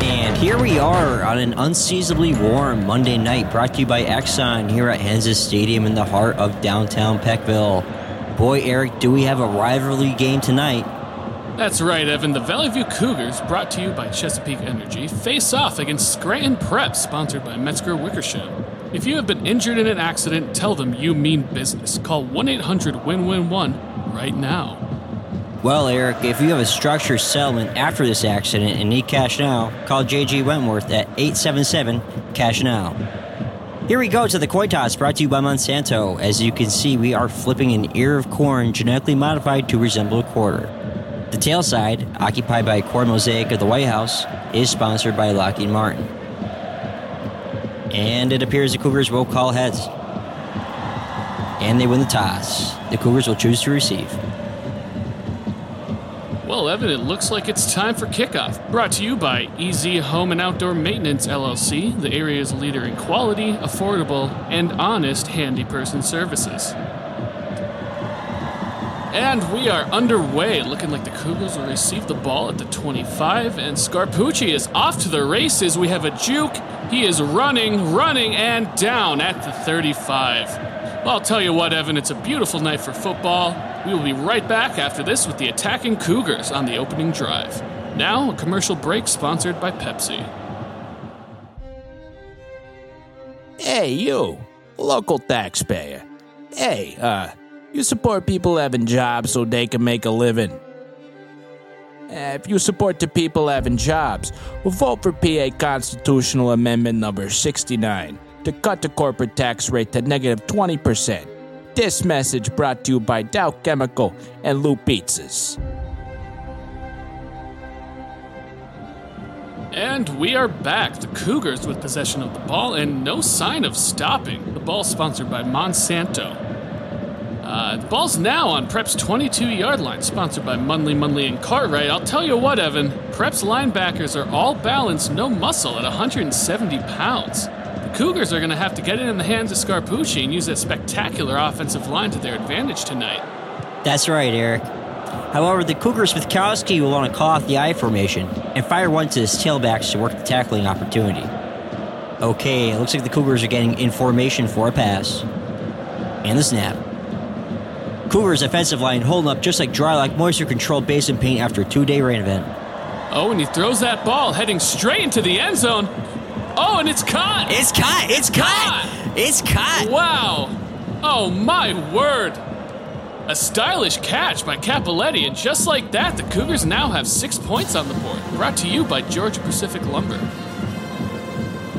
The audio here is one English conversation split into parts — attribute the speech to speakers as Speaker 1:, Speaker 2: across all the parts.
Speaker 1: And here we are on an unseasonably warm Monday night brought to you by Exxon here at Hansa Stadium in the heart of downtown Peckville. Boy, Eric, do we have a rivalry game tonight?
Speaker 2: That's right, Evan. The Valley View Cougars, brought to you by Chesapeake Energy, face off against Scranton Prep, sponsored by Metzger Wickersham. If you have been injured in an accident, tell them you mean business. Call 1 800 Win Win 1 right now.
Speaker 1: Well, Eric, if you have a structure settlement after this accident and need cash now, call JG Wentworth at 877 Cash Now. Here we go to the Koi Tots brought to you by Monsanto. As you can see, we are flipping an ear of corn genetically modified to resemble a quarter. The tail side, occupied by a corn mosaic of the White House, is sponsored by Lockheed Martin. And it appears the Cougars will call heads. And they win the toss. The Cougars will choose to receive.
Speaker 2: Well, Evan, it looks like it's time for kickoff. Brought to you by Easy Home and Outdoor Maintenance LLC, the area's leader in quality, affordable, and honest handy person services. And we are underway, looking like the Cougars will receive the ball at the 25, and Scarpucci is off to the races. We have a juke. He is running, running, and down at the 35. Well, I'll tell you what, Evan, it's a beautiful night for football. We will be right back after this with the attacking Cougars on the opening drive. Now, a commercial break sponsored by Pepsi.
Speaker 3: Hey, you, local taxpayer. Hey, uh, you support people having jobs so they can make a living. Eh, If you support the people having jobs, well, vote for PA Constitutional Amendment Number 69 to cut the corporate tax rate to negative 20%. This message brought to you by Dow Chemical and Lou Pizzas.
Speaker 2: And we are back. The Cougars with possession of the ball and no sign of stopping. The ball sponsored by Monsanto. Uh, the ball's now on Prep's 22 yard line, sponsored by Munley, Munley, and Cartwright. I'll tell you what, Evan, Prep's linebackers are all balance, no muscle at 170 pounds. The Cougars are going to have to get it in the hands of Scarpucci and use that spectacular offensive line to their advantage tonight.
Speaker 1: That's right, Eric. However, the Cougars with Kowski will want to call off the I formation and fire one to his tailbacks to work the tackling opportunity. Okay, it looks like the Cougars are getting in formation for a pass. And the snap. Cougars offensive line holding up just like dry like moisture controlled basin paint after a two day rain event.
Speaker 2: Oh, and he throws that ball heading straight into the end zone. Oh, and it's caught!
Speaker 1: It's caught! It's caught! It's caught!
Speaker 2: Wow! Oh my word! A stylish catch by Capoletti, and just like that, the Cougars now have six points on the board. Brought to you by Georgia Pacific Lumber.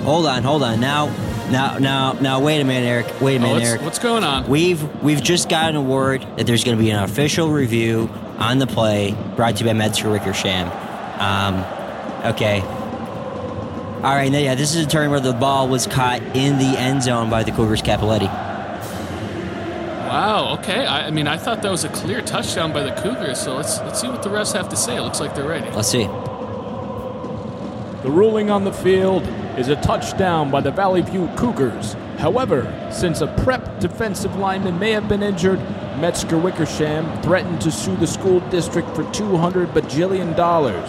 Speaker 1: Hold on, hold on. Now, now, now, now, wait a minute, Eric. Wait a
Speaker 2: Oh,
Speaker 1: minute,
Speaker 2: what's,
Speaker 1: Eric.
Speaker 2: what's going on?
Speaker 1: We've we've just gotten a word that there's going to be an official review on the play brought to you by Metzger Wickersham. Um, okay. All right. Now, yeah, this is a turn where the ball was caught in the end zone by the Cougars Capoletti.
Speaker 2: Wow. Okay. I, I mean, I thought that was a clear touchdown by the Cougars. So let's let's see what the refs have to say. It looks like they're ready.
Speaker 1: Let's see.
Speaker 4: The ruling on the field is a touchdown by the Valley View Cougars. However, since a prep defensive lineman may have been injured, Metzger Wickersham threatened to sue the school district for 200 bajillion dollars.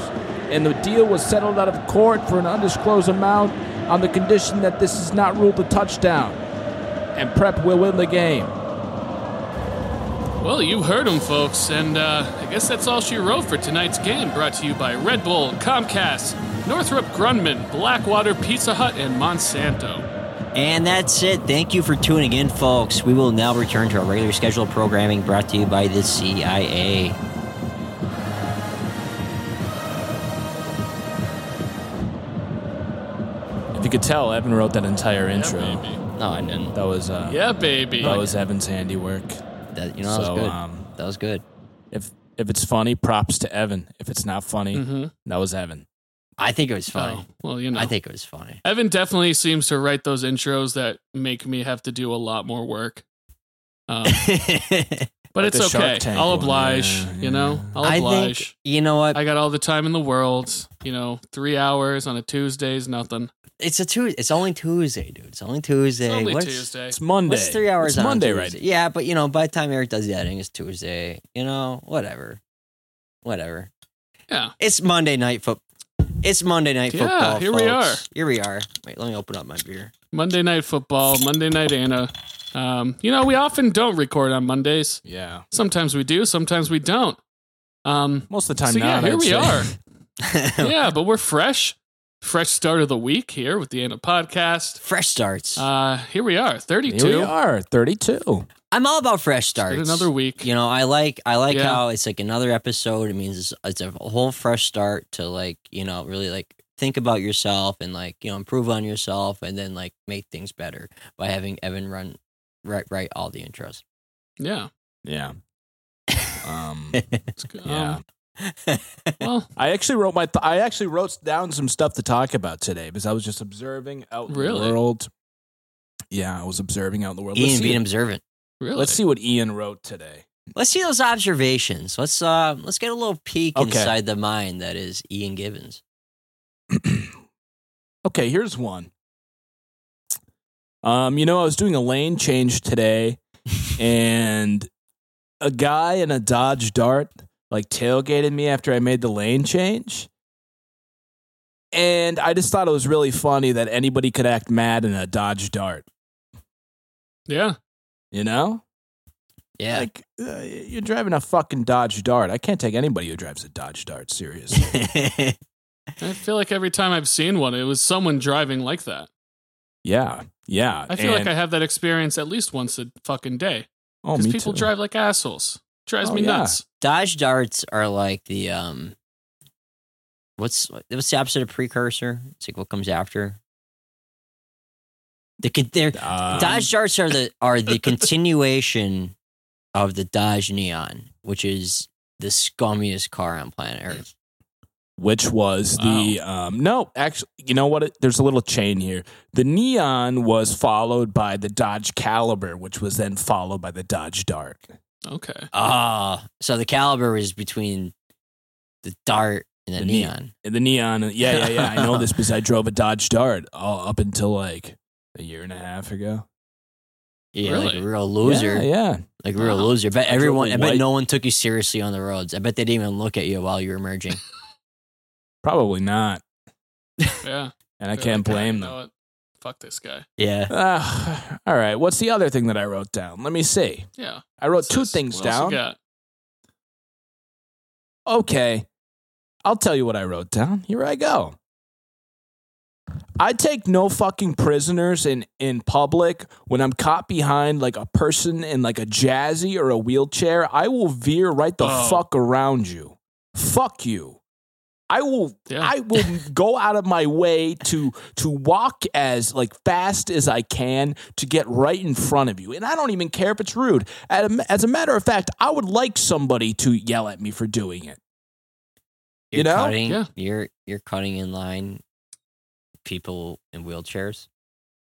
Speaker 4: And the deal was settled out of court for an undisclosed amount on the condition that this is not ruled a touchdown. And prep will win the game.
Speaker 2: Well, you heard them, folks, and uh, I guess that's all she wrote for tonight's game. Brought to you by Red Bull, Comcast, Northrop Grumman, Blackwater, Pizza Hut, and Monsanto.
Speaker 1: And that's it. Thank you for tuning in, folks. We will now return to our regular scheduled programming brought to you by the CIA.
Speaker 5: If you could tell, Evan wrote that entire intro.
Speaker 2: baby.
Speaker 1: No, I didn't.
Speaker 5: That was uh,
Speaker 2: Yeah, baby.
Speaker 5: that was Evan's handiwork.
Speaker 1: That, you know, that
Speaker 5: So,
Speaker 1: was good.
Speaker 5: um,
Speaker 1: that was good.
Speaker 5: If if it's funny, props to Evan. If it's not funny,
Speaker 2: Mhm.
Speaker 5: that was Evan.
Speaker 1: I think it was funny.
Speaker 5: Um,
Speaker 2: Oh, well, you know.
Speaker 1: I think it was funny.
Speaker 2: Evan definitely seems to write those intros that make me have to do a lot more work. Um, but
Speaker 5: Like
Speaker 2: it's
Speaker 5: the Shark
Speaker 2: okay.
Speaker 5: Tank
Speaker 2: I'll
Speaker 5: one,
Speaker 2: oblige,
Speaker 5: yeah,
Speaker 2: you know?
Speaker 5: yeah.
Speaker 2: I'll
Speaker 1: I
Speaker 2: oblige.
Speaker 1: think you know what
Speaker 2: I got all the time in the world, you know, three hours on a Tuesday's nothing.
Speaker 1: It's a Tuesday. It's only Tuesday, dude. It's only Tuesday.
Speaker 2: It's only
Speaker 1: what's,
Speaker 2: Tuesday.
Speaker 5: It's Monday.
Speaker 1: What's three hours
Speaker 5: It's
Speaker 1: on
Speaker 5: Monday,
Speaker 1: Tuesday?
Speaker 5: right?
Speaker 1: Yeah, but you know, by the time Eric does the editing, it's Tuesday. You know, whatever, whatever.
Speaker 2: Yeah.
Speaker 1: It's Monday night football. It's Monday Night
Speaker 2: Yeah,
Speaker 1: Football.
Speaker 2: here we
Speaker 1: folks. Here we are. Wait, let me open up my beer.
Speaker 2: Monday Night Football, Monday Night Anna. Um, you know, we often don't record on Mondays.
Speaker 5: Yeah.
Speaker 2: Sometimes we do, sometimes we don't. Um,
Speaker 5: Most of the time,
Speaker 2: so yeah,
Speaker 5: not.
Speaker 2: here
Speaker 5: I'd
Speaker 2: we
Speaker 5: say.
Speaker 2: are. yeah, but we're fresh. Fresh start of the week here with the Anna podcast.
Speaker 1: Fresh starts.
Speaker 2: Uh, here we are,
Speaker 5: Here
Speaker 2: 32.
Speaker 5: we are. 32.
Speaker 1: I'm all about fresh starts.
Speaker 2: Another week.
Speaker 1: You know, I like I like
Speaker 2: Yeah.
Speaker 1: how it's like another episode. It means it's, it's a whole fresh start to like you know really like think about yourself and like you know improve on yourself and then like make things better by having Evan run right write all the intros.
Speaker 2: Yeah.
Speaker 5: Yeah. Um,
Speaker 2: It's good.
Speaker 5: Yeah.
Speaker 2: Um, well,
Speaker 5: I actually wrote my. Th- I actually wrote down some stuff to talk about today because I was just observing out in
Speaker 2: Really?
Speaker 5: the world. Yeah, I was observing out in the world.
Speaker 1: Ian
Speaker 5: let's, see,
Speaker 1: being observant.
Speaker 2: really.
Speaker 5: let's see what Ian wrote today.
Speaker 1: Let's see those observations. Let's uh let's get a little peek
Speaker 5: Okay.
Speaker 1: inside the mind that is Ian Gibbons.
Speaker 5: Okay, here's one. Um, you know, I was doing a lane change today, and a guy in a Dodge Dart like tailgated me after I made the lane change. And I just thought it was really funny that anybody could act mad in a Dodge Dart.
Speaker 2: Yeah.
Speaker 5: You know,
Speaker 1: Yeah.
Speaker 5: like uh, you're driving a fucking Dodge Dart. I can't take anybody who drives a Dodge Dart seriously.
Speaker 2: I feel like every time I've seen one, it was someone driving like that.
Speaker 5: yeah, yeah.
Speaker 2: I feel
Speaker 5: and-
Speaker 2: like I have that experience at least once a fucking day.
Speaker 5: oh,
Speaker 2: Because
Speaker 5: me
Speaker 2: people
Speaker 5: too.
Speaker 2: drive like assholes. Drives
Speaker 5: Oh,
Speaker 2: me
Speaker 5: yeah.
Speaker 2: nuts.
Speaker 1: Dodge darts are like the um what's what's the opposite of precursor? It's like what comes after. The con- they're,
Speaker 5: Um,
Speaker 1: Dodge darts are the are the continuation of the Dodge Neon, which is the scummiest car on planet Earth.
Speaker 5: which was the um, no actually you know what It- there's a little chain here the neon was followed by the dodge caliber which was then followed by the dodge dart
Speaker 2: Okay.
Speaker 1: Ah, so the caliber is between the dart and the,
Speaker 5: The
Speaker 1: neon.
Speaker 5: neon. and the neon yeah yeah yeah i know this because i drove a dodge dart all up until like a year and a half ago
Speaker 1: Yeah, like
Speaker 2: Really?
Speaker 1: a real loser.
Speaker 5: yeah, yeah.
Speaker 1: Like a real
Speaker 2: Wow.
Speaker 1: loser. I bet
Speaker 5: I drove
Speaker 1: everyone
Speaker 5: a
Speaker 1: I bet
Speaker 5: white-
Speaker 1: no one took you seriously on the roads. I bet they didn't even look at you while you were merging.
Speaker 5: probably not
Speaker 2: Yeah.
Speaker 5: and i
Speaker 2: They're
Speaker 5: can't
Speaker 2: like, "Ah,
Speaker 5: blame
Speaker 2: "You
Speaker 5: them
Speaker 2: know what? Fuck this guy.
Speaker 1: yeah.
Speaker 5: Ah, all right what's the other thing that i wrote down let me see
Speaker 2: Yeah.
Speaker 5: i wrote
Speaker 2: what's
Speaker 5: two
Speaker 2: this?
Speaker 5: things
Speaker 2: What else you
Speaker 5: down
Speaker 2: got?
Speaker 5: Okay. I'll tell you what I wrote down. Here I go. I take no fucking prisoners in, in public when I'm caught behind like a person in like a jazzy or a wheelchair. I will veer right the
Speaker 2: Oh.
Speaker 5: fuck around you. Fuck you. I will
Speaker 2: Yeah.
Speaker 5: I will go out of my way to to walk as like fast as I can to get right in front of you, and I don't even care if it's rude. At a- As a matter of fact, I would like somebody to yell at me for doing it.
Speaker 1: You're
Speaker 5: You know?
Speaker 1: cutting,
Speaker 2: Yeah.
Speaker 1: you're you're cutting in line people in wheelchairs.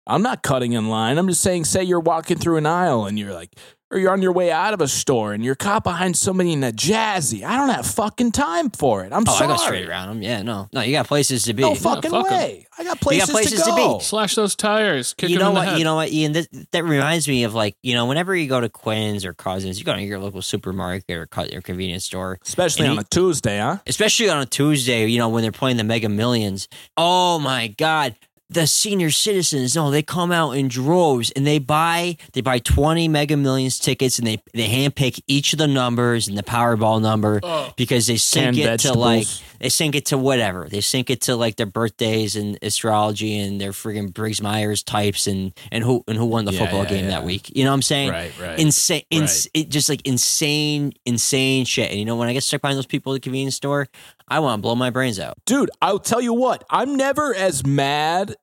Speaker 5: I'm not cutting in line. I'm just saying, say you're walking through an aisle and you're like, or you're on your way out of a store and you're caught behind somebody in a jazzy. I don't have fucking time for it. I'm
Speaker 1: Oh,
Speaker 5: sorry.
Speaker 1: I go straight around them. Yeah, no, no, you got places to be.
Speaker 5: No fucking
Speaker 2: fuck 'em.
Speaker 5: way. I got places,
Speaker 1: places to
Speaker 5: to
Speaker 1: be.
Speaker 5: go.
Speaker 2: Slash those tires. Kick
Speaker 1: you
Speaker 2: him
Speaker 1: know
Speaker 2: in the
Speaker 1: what?
Speaker 2: head.
Speaker 1: You know what, Ian? That, that reminds me of like you know, whenever you go to Quinn's or Cousins, you go to your local supermarket or, co- or convenience store,
Speaker 5: Especially
Speaker 1: And
Speaker 5: on
Speaker 1: he-
Speaker 5: a Tuesday, huh?
Speaker 1: especially on a Tuesday. You know when they're playing the Mega Millions. Oh my God! The senior citizens, no, they come out in droves and they buy they buy twenty Mega Millions tickets and they they handpick each of the numbers and the Powerball number
Speaker 2: Oh.
Speaker 1: because they sink
Speaker 5: Canned
Speaker 1: it to like
Speaker 5: vegetables.
Speaker 1: they sink it to whatever. They sink it to like their birthdays and astrology and their friggin' Briggs Myers types and and who and who won the
Speaker 5: Yeah,
Speaker 1: football
Speaker 5: yeah,
Speaker 1: game
Speaker 5: yeah.
Speaker 1: that week. You know what I'm saying?
Speaker 5: Right, right.
Speaker 1: Insane, ins-
Speaker 5: Right.
Speaker 1: it just like insane, insane shit. And you know when I get stuck behind those people at the convenience store, I want to blow my brains out.
Speaker 5: Dude, I'll tell you what, I'm never as mad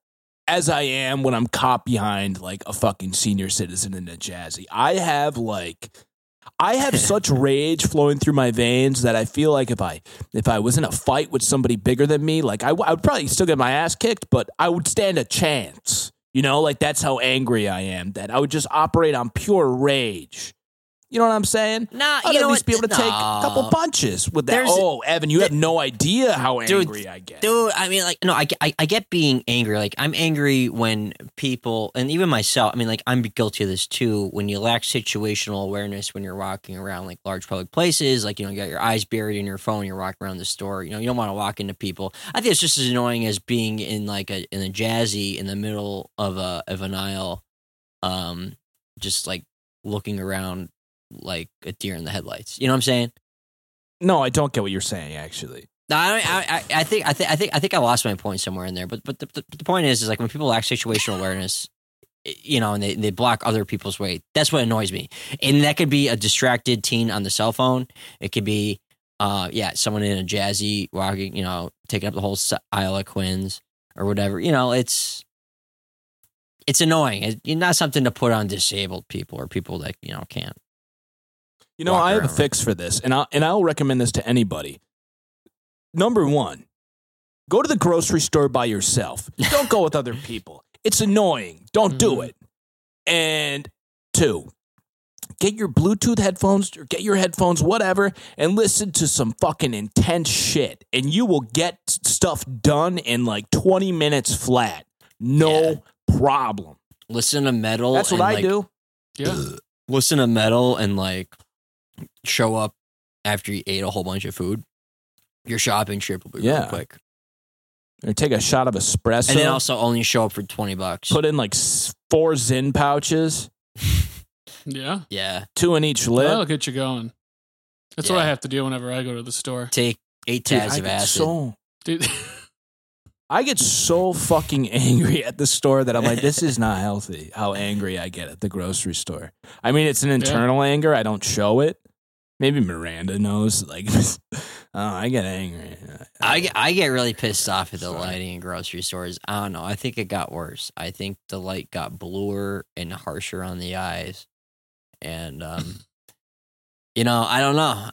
Speaker 5: as I am when I'm caught behind like a fucking senior citizen in a jazzy. I have like I have such rage flowing through my veins that I feel like if I if I was in a fight with somebody bigger than me, like I, w- I would probably still get my ass kicked, but I would stand a chance. You know, like that's how angry I am that I would just operate on pure rage. You know what I'm saying?
Speaker 1: Nah,
Speaker 5: I'd
Speaker 1: you
Speaker 5: at
Speaker 1: know what?
Speaker 5: least be able to take
Speaker 1: Nah.
Speaker 5: a couple punches with that.
Speaker 1: There's-
Speaker 5: oh, Evan, you have no idea how
Speaker 1: Dude,
Speaker 5: angry I get.
Speaker 1: Dude, I mean, like, no, I, I, I get being angry. Like, I'm angry when people, and even myself, I mean, like, I'm guilty of this too. When you lack situational awareness when you're walking around, like, large public places, like, you know, you got your eyes buried in your phone, you're walking around the store, you know, you don't want to walk into people. I think it's just as annoying as being in, like, a, in a jazzy in the middle of a, of an aisle, um, just like looking around like a deer in the headlights. You know what I'm saying?
Speaker 5: No, I don't get what you're saying. Actually,
Speaker 1: No, I, don't, I, I- I think I think I think I think I lost my point somewhere in there. But but the, the, the point is is like when people lack situational awareness, i- you know, and they, they block other people's way. That's what annoys me, and that could be a distracted teen on the cell phone. It could be, uh, yeah, someone in a jazzy walking, you know, taking up the whole s- aisle of Quinns or whatever. You know, it's it's annoying. It's not something to put on disabled people or people that you know can't.
Speaker 5: you know,
Speaker 1: Walk
Speaker 5: I have a
Speaker 1: around.
Speaker 5: fix for this, and I and I'll recommend this to anybody. Number one, go to the grocery store by yourself. Don't go with other people. It's annoying. Don't do
Speaker 2: Mhm.
Speaker 5: it. And two, get your Bluetooth headphones or get your headphones, whatever, and listen to some fucking intense shit. And you will get s- stuff done in like 20 minutes flat. No problem.
Speaker 1: Listen to metal.
Speaker 5: That's what
Speaker 1: and,
Speaker 5: I
Speaker 1: like,
Speaker 5: do.
Speaker 2: Yeah.
Speaker 1: listen to metal and like show up after you ate a whole bunch of food, your shopping trip will be
Speaker 5: Yeah.
Speaker 1: real quick.
Speaker 5: Or take a shot of espresso.
Speaker 1: and then also only show up for 20 bucks.
Speaker 5: put in like s- four Zin pouches,
Speaker 2: Yeah.
Speaker 1: yeah.
Speaker 5: two in each lip.
Speaker 2: That'll get you going. That's what
Speaker 1: Yeah.
Speaker 2: I have to do whenever I go to the store.
Speaker 1: Take eight
Speaker 5: Dude,
Speaker 1: tabs
Speaker 5: I
Speaker 1: of
Speaker 5: get
Speaker 1: acid.
Speaker 5: so
Speaker 2: Dude,
Speaker 5: I get so fucking angry at the store that I'm like, this is not healthy. How angry I get at the grocery store. I mean, it's an internal anger. I don't show it. Maybe Miranda knows. Like, oh, I get angry.
Speaker 1: I, get- I get really pissed off at the
Speaker 5: Sorry.
Speaker 1: lighting in grocery stores. I don't know. I think it got worse. I think the light got bluer and harsher on the eyes. And, um, you know, I don't know.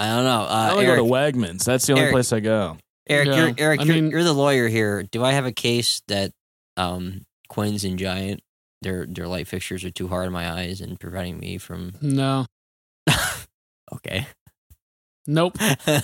Speaker 1: I don't know. Uh,
Speaker 5: I only
Speaker 1: Eric,
Speaker 5: go to Wegmans. That's the only
Speaker 1: Eric.
Speaker 5: place I go.
Speaker 1: Eric,
Speaker 2: Yeah,
Speaker 1: you're, Eric,
Speaker 2: I
Speaker 1: you're,
Speaker 2: mean-
Speaker 1: you're the lawyer here. Do I have a case that um, Quinn's and Giant their their light fixtures are too hard on my eyes and preventing me from?
Speaker 2: no.
Speaker 1: Okay.
Speaker 2: Nope.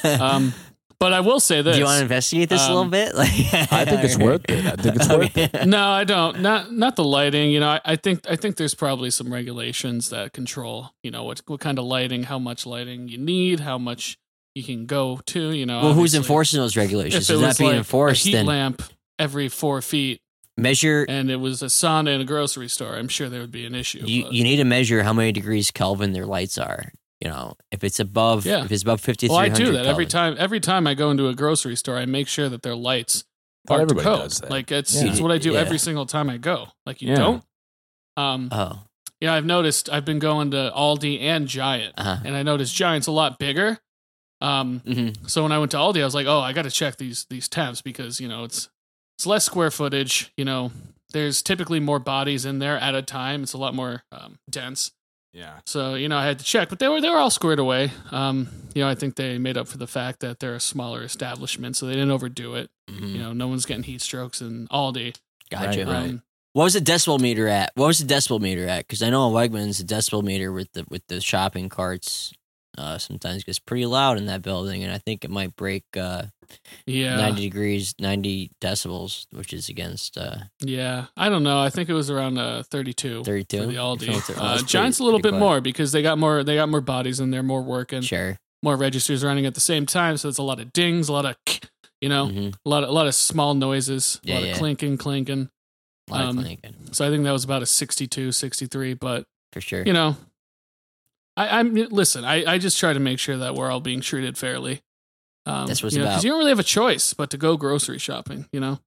Speaker 2: Um, but I will say
Speaker 1: do
Speaker 2: this.
Speaker 1: you want to investigate this a little
Speaker 2: Um,
Speaker 1: bit? Like, I
Speaker 5: think it's worth it. I think it's worth
Speaker 1: it.
Speaker 2: no, I don't. Not not the lighting. You know, I, I think I think there's probably some regulations that control. You know, what what kind of lighting, how much lighting you need, how much you can go to. You know,
Speaker 1: Well, who's
Speaker 2: obviously.
Speaker 1: enforcing those regulations?
Speaker 2: If it
Speaker 1: If not
Speaker 2: was
Speaker 1: being
Speaker 2: like
Speaker 1: enforced,
Speaker 2: a heat
Speaker 1: then
Speaker 2: lamp every four feet,
Speaker 1: measure.
Speaker 2: and it was a sauna in a grocery store, I'm sure there would be an issue.
Speaker 1: You
Speaker 2: but-
Speaker 1: you need to measure how many degrees Kelvin their lights are. You know, if it's above,
Speaker 2: Yeah.
Speaker 1: if it's above fifty three
Speaker 2: well, I
Speaker 1: hundred.
Speaker 2: do that every time. Every time I go into a grocery store, I make sure that their lights
Speaker 5: Well,
Speaker 2: are to
Speaker 5: Oh, everybody
Speaker 2: code.
Speaker 5: does that.
Speaker 2: Like it's
Speaker 1: Yeah.
Speaker 2: it's what I do
Speaker 1: Yeah.
Speaker 2: every single time I go. Like you
Speaker 5: Yeah.
Speaker 2: don't. Um,
Speaker 1: Oh,
Speaker 2: Yeah, I've noticed. I've been going to Aldi and Giant,
Speaker 1: uh-huh.
Speaker 2: and I noticed Giant's a lot bigger. Um,
Speaker 1: hmm
Speaker 2: so when I went to Aldi, I was like, "Oh, I got to check these these tabs because you know it's it's less square footage. You know, there's typically more bodies in there at a time. It's a lot more um, dense.
Speaker 5: Yeah.
Speaker 2: So you know, I had to check, but they were they were all squared away. Um, you know, I think they made up for the fact that they're a smaller establishment, so they didn't overdo it. You know, no one's getting heat strokes in Aldi.
Speaker 1: Mm-hmm. Gotcha.
Speaker 5: Right.
Speaker 2: Um,
Speaker 1: What was the decibel meter at? What was the decibel meter at? Because I know at Wegmans the decibel meter with the with the shopping carts uh, sometimes gets pretty loud in that building, and I think it might break uh,
Speaker 2: yeah,
Speaker 1: ninety degrees, ninety decibels, which is against uh,
Speaker 2: yeah. I don't know. I think it was around uh, thirty-two.
Speaker 1: thirty two.
Speaker 2: for the Aldi. Uh, Giants a little bit more because they got more they got more bodies in there, more work and
Speaker 1: Sure.
Speaker 2: more registers running at the same time. So it's a lot of dings, a lot of you know,
Speaker 1: Mhm.
Speaker 2: a lot of, a lot of small noises, a
Speaker 1: Yeah,
Speaker 2: lot
Speaker 1: yeah.
Speaker 2: of clinking, clinking.
Speaker 1: A lot of
Speaker 2: Um,
Speaker 1: clanking,
Speaker 2: So I think that was about a 62, 63. But
Speaker 1: for sure.
Speaker 2: you know, I, I'm listen. I, I just try to make sure that we're all being treated fairly. Um,
Speaker 1: That's what it's
Speaker 2: you know, 'cause
Speaker 1: about.
Speaker 2: you don't really have a choice but to go grocery shopping. You know,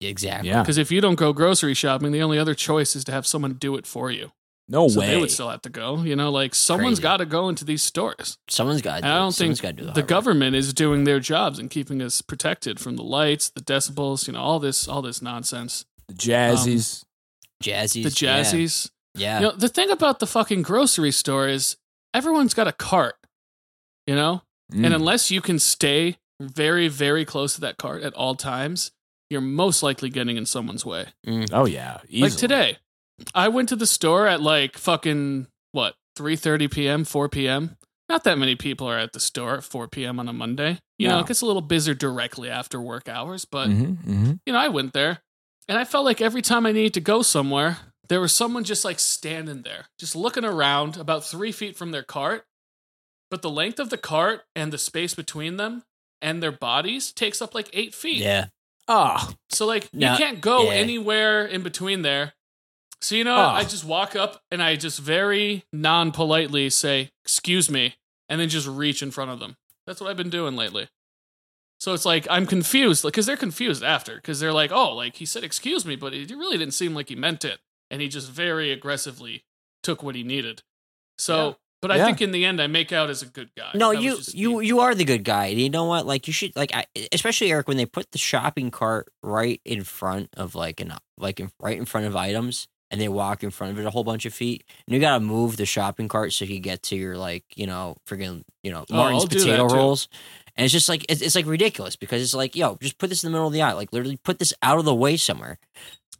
Speaker 1: exactly.
Speaker 5: Yeah.
Speaker 2: because if you don't go grocery shopping, the only other choice is to have someone do it for you.
Speaker 5: No
Speaker 2: so
Speaker 5: way.
Speaker 2: they would still have to go. You know, like someone's
Speaker 1: Crazy.
Speaker 2: got to go into these stores.
Speaker 1: Someone's got.
Speaker 2: And I don't think
Speaker 1: got to do the,
Speaker 2: the
Speaker 1: hard work.
Speaker 2: government is doing their jobs and keeping us protected from the lights, the decibels, you know, all this, all this nonsense.
Speaker 5: the Jazzies.
Speaker 1: Jazzies.
Speaker 2: the jazzies.
Speaker 1: Yeah.
Speaker 2: You know, the thing about the fucking grocery store is everyone's got a cart, you know, um, and
Speaker 5: Mm.
Speaker 2: unless you can stay very, very close to that cart at all times, you're most likely getting in someone's way.
Speaker 5: oh, yeah. Easily.
Speaker 2: Like today, I went to the store at like fucking what 3:30 p.m., 4 p.m. Not that many people are at the store at 4 p.m. on a Monday. You know,
Speaker 5: No.
Speaker 2: it gets a little busier directly after work hours, but
Speaker 5: Mm-hmm, mm-hmm.
Speaker 2: you know, I went there and I felt like every time I needed to go somewhere, there was someone just like standing there, just looking around about three feet from their cart. But the length of the cart and the space between them and their bodies takes up like eight feet.
Speaker 1: Yeah.
Speaker 5: Oh,
Speaker 2: So like
Speaker 1: No,
Speaker 2: you can't go
Speaker 1: yeah.
Speaker 2: anywhere in between there. So you know,
Speaker 5: Oh.
Speaker 2: I just walk up and I just very non politely say, "Excuse me," and then just reach in front of them. That's what I've been doing lately. So it's like I'm confused because they're confused after because they're like, "Oh, like he said, excuse me," but it really didn't seem like he meant it, and he just very aggressively took what he needed. So, but I
Speaker 5: Yeah.
Speaker 2: think in the end, I make out as a good guy.
Speaker 1: No,
Speaker 2: That was
Speaker 1: you
Speaker 2: just me.
Speaker 1: you you are the good guy. You know what? Like you should like I, especially Eric when they put the shopping cart right in front of like an like in, right in front of items and they walk in front of it a whole bunch of feet and you got to move the shopping cart so you get to your like, you know, freaking, you know,
Speaker 2: Oh,
Speaker 1: Martin's
Speaker 2: I'll do
Speaker 1: potato
Speaker 2: that, too.
Speaker 1: rolls. And it's just like it's, it's like ridiculous because it's like, yo, just put this in the middle of the aisle. Like literally put this out of the way somewhere.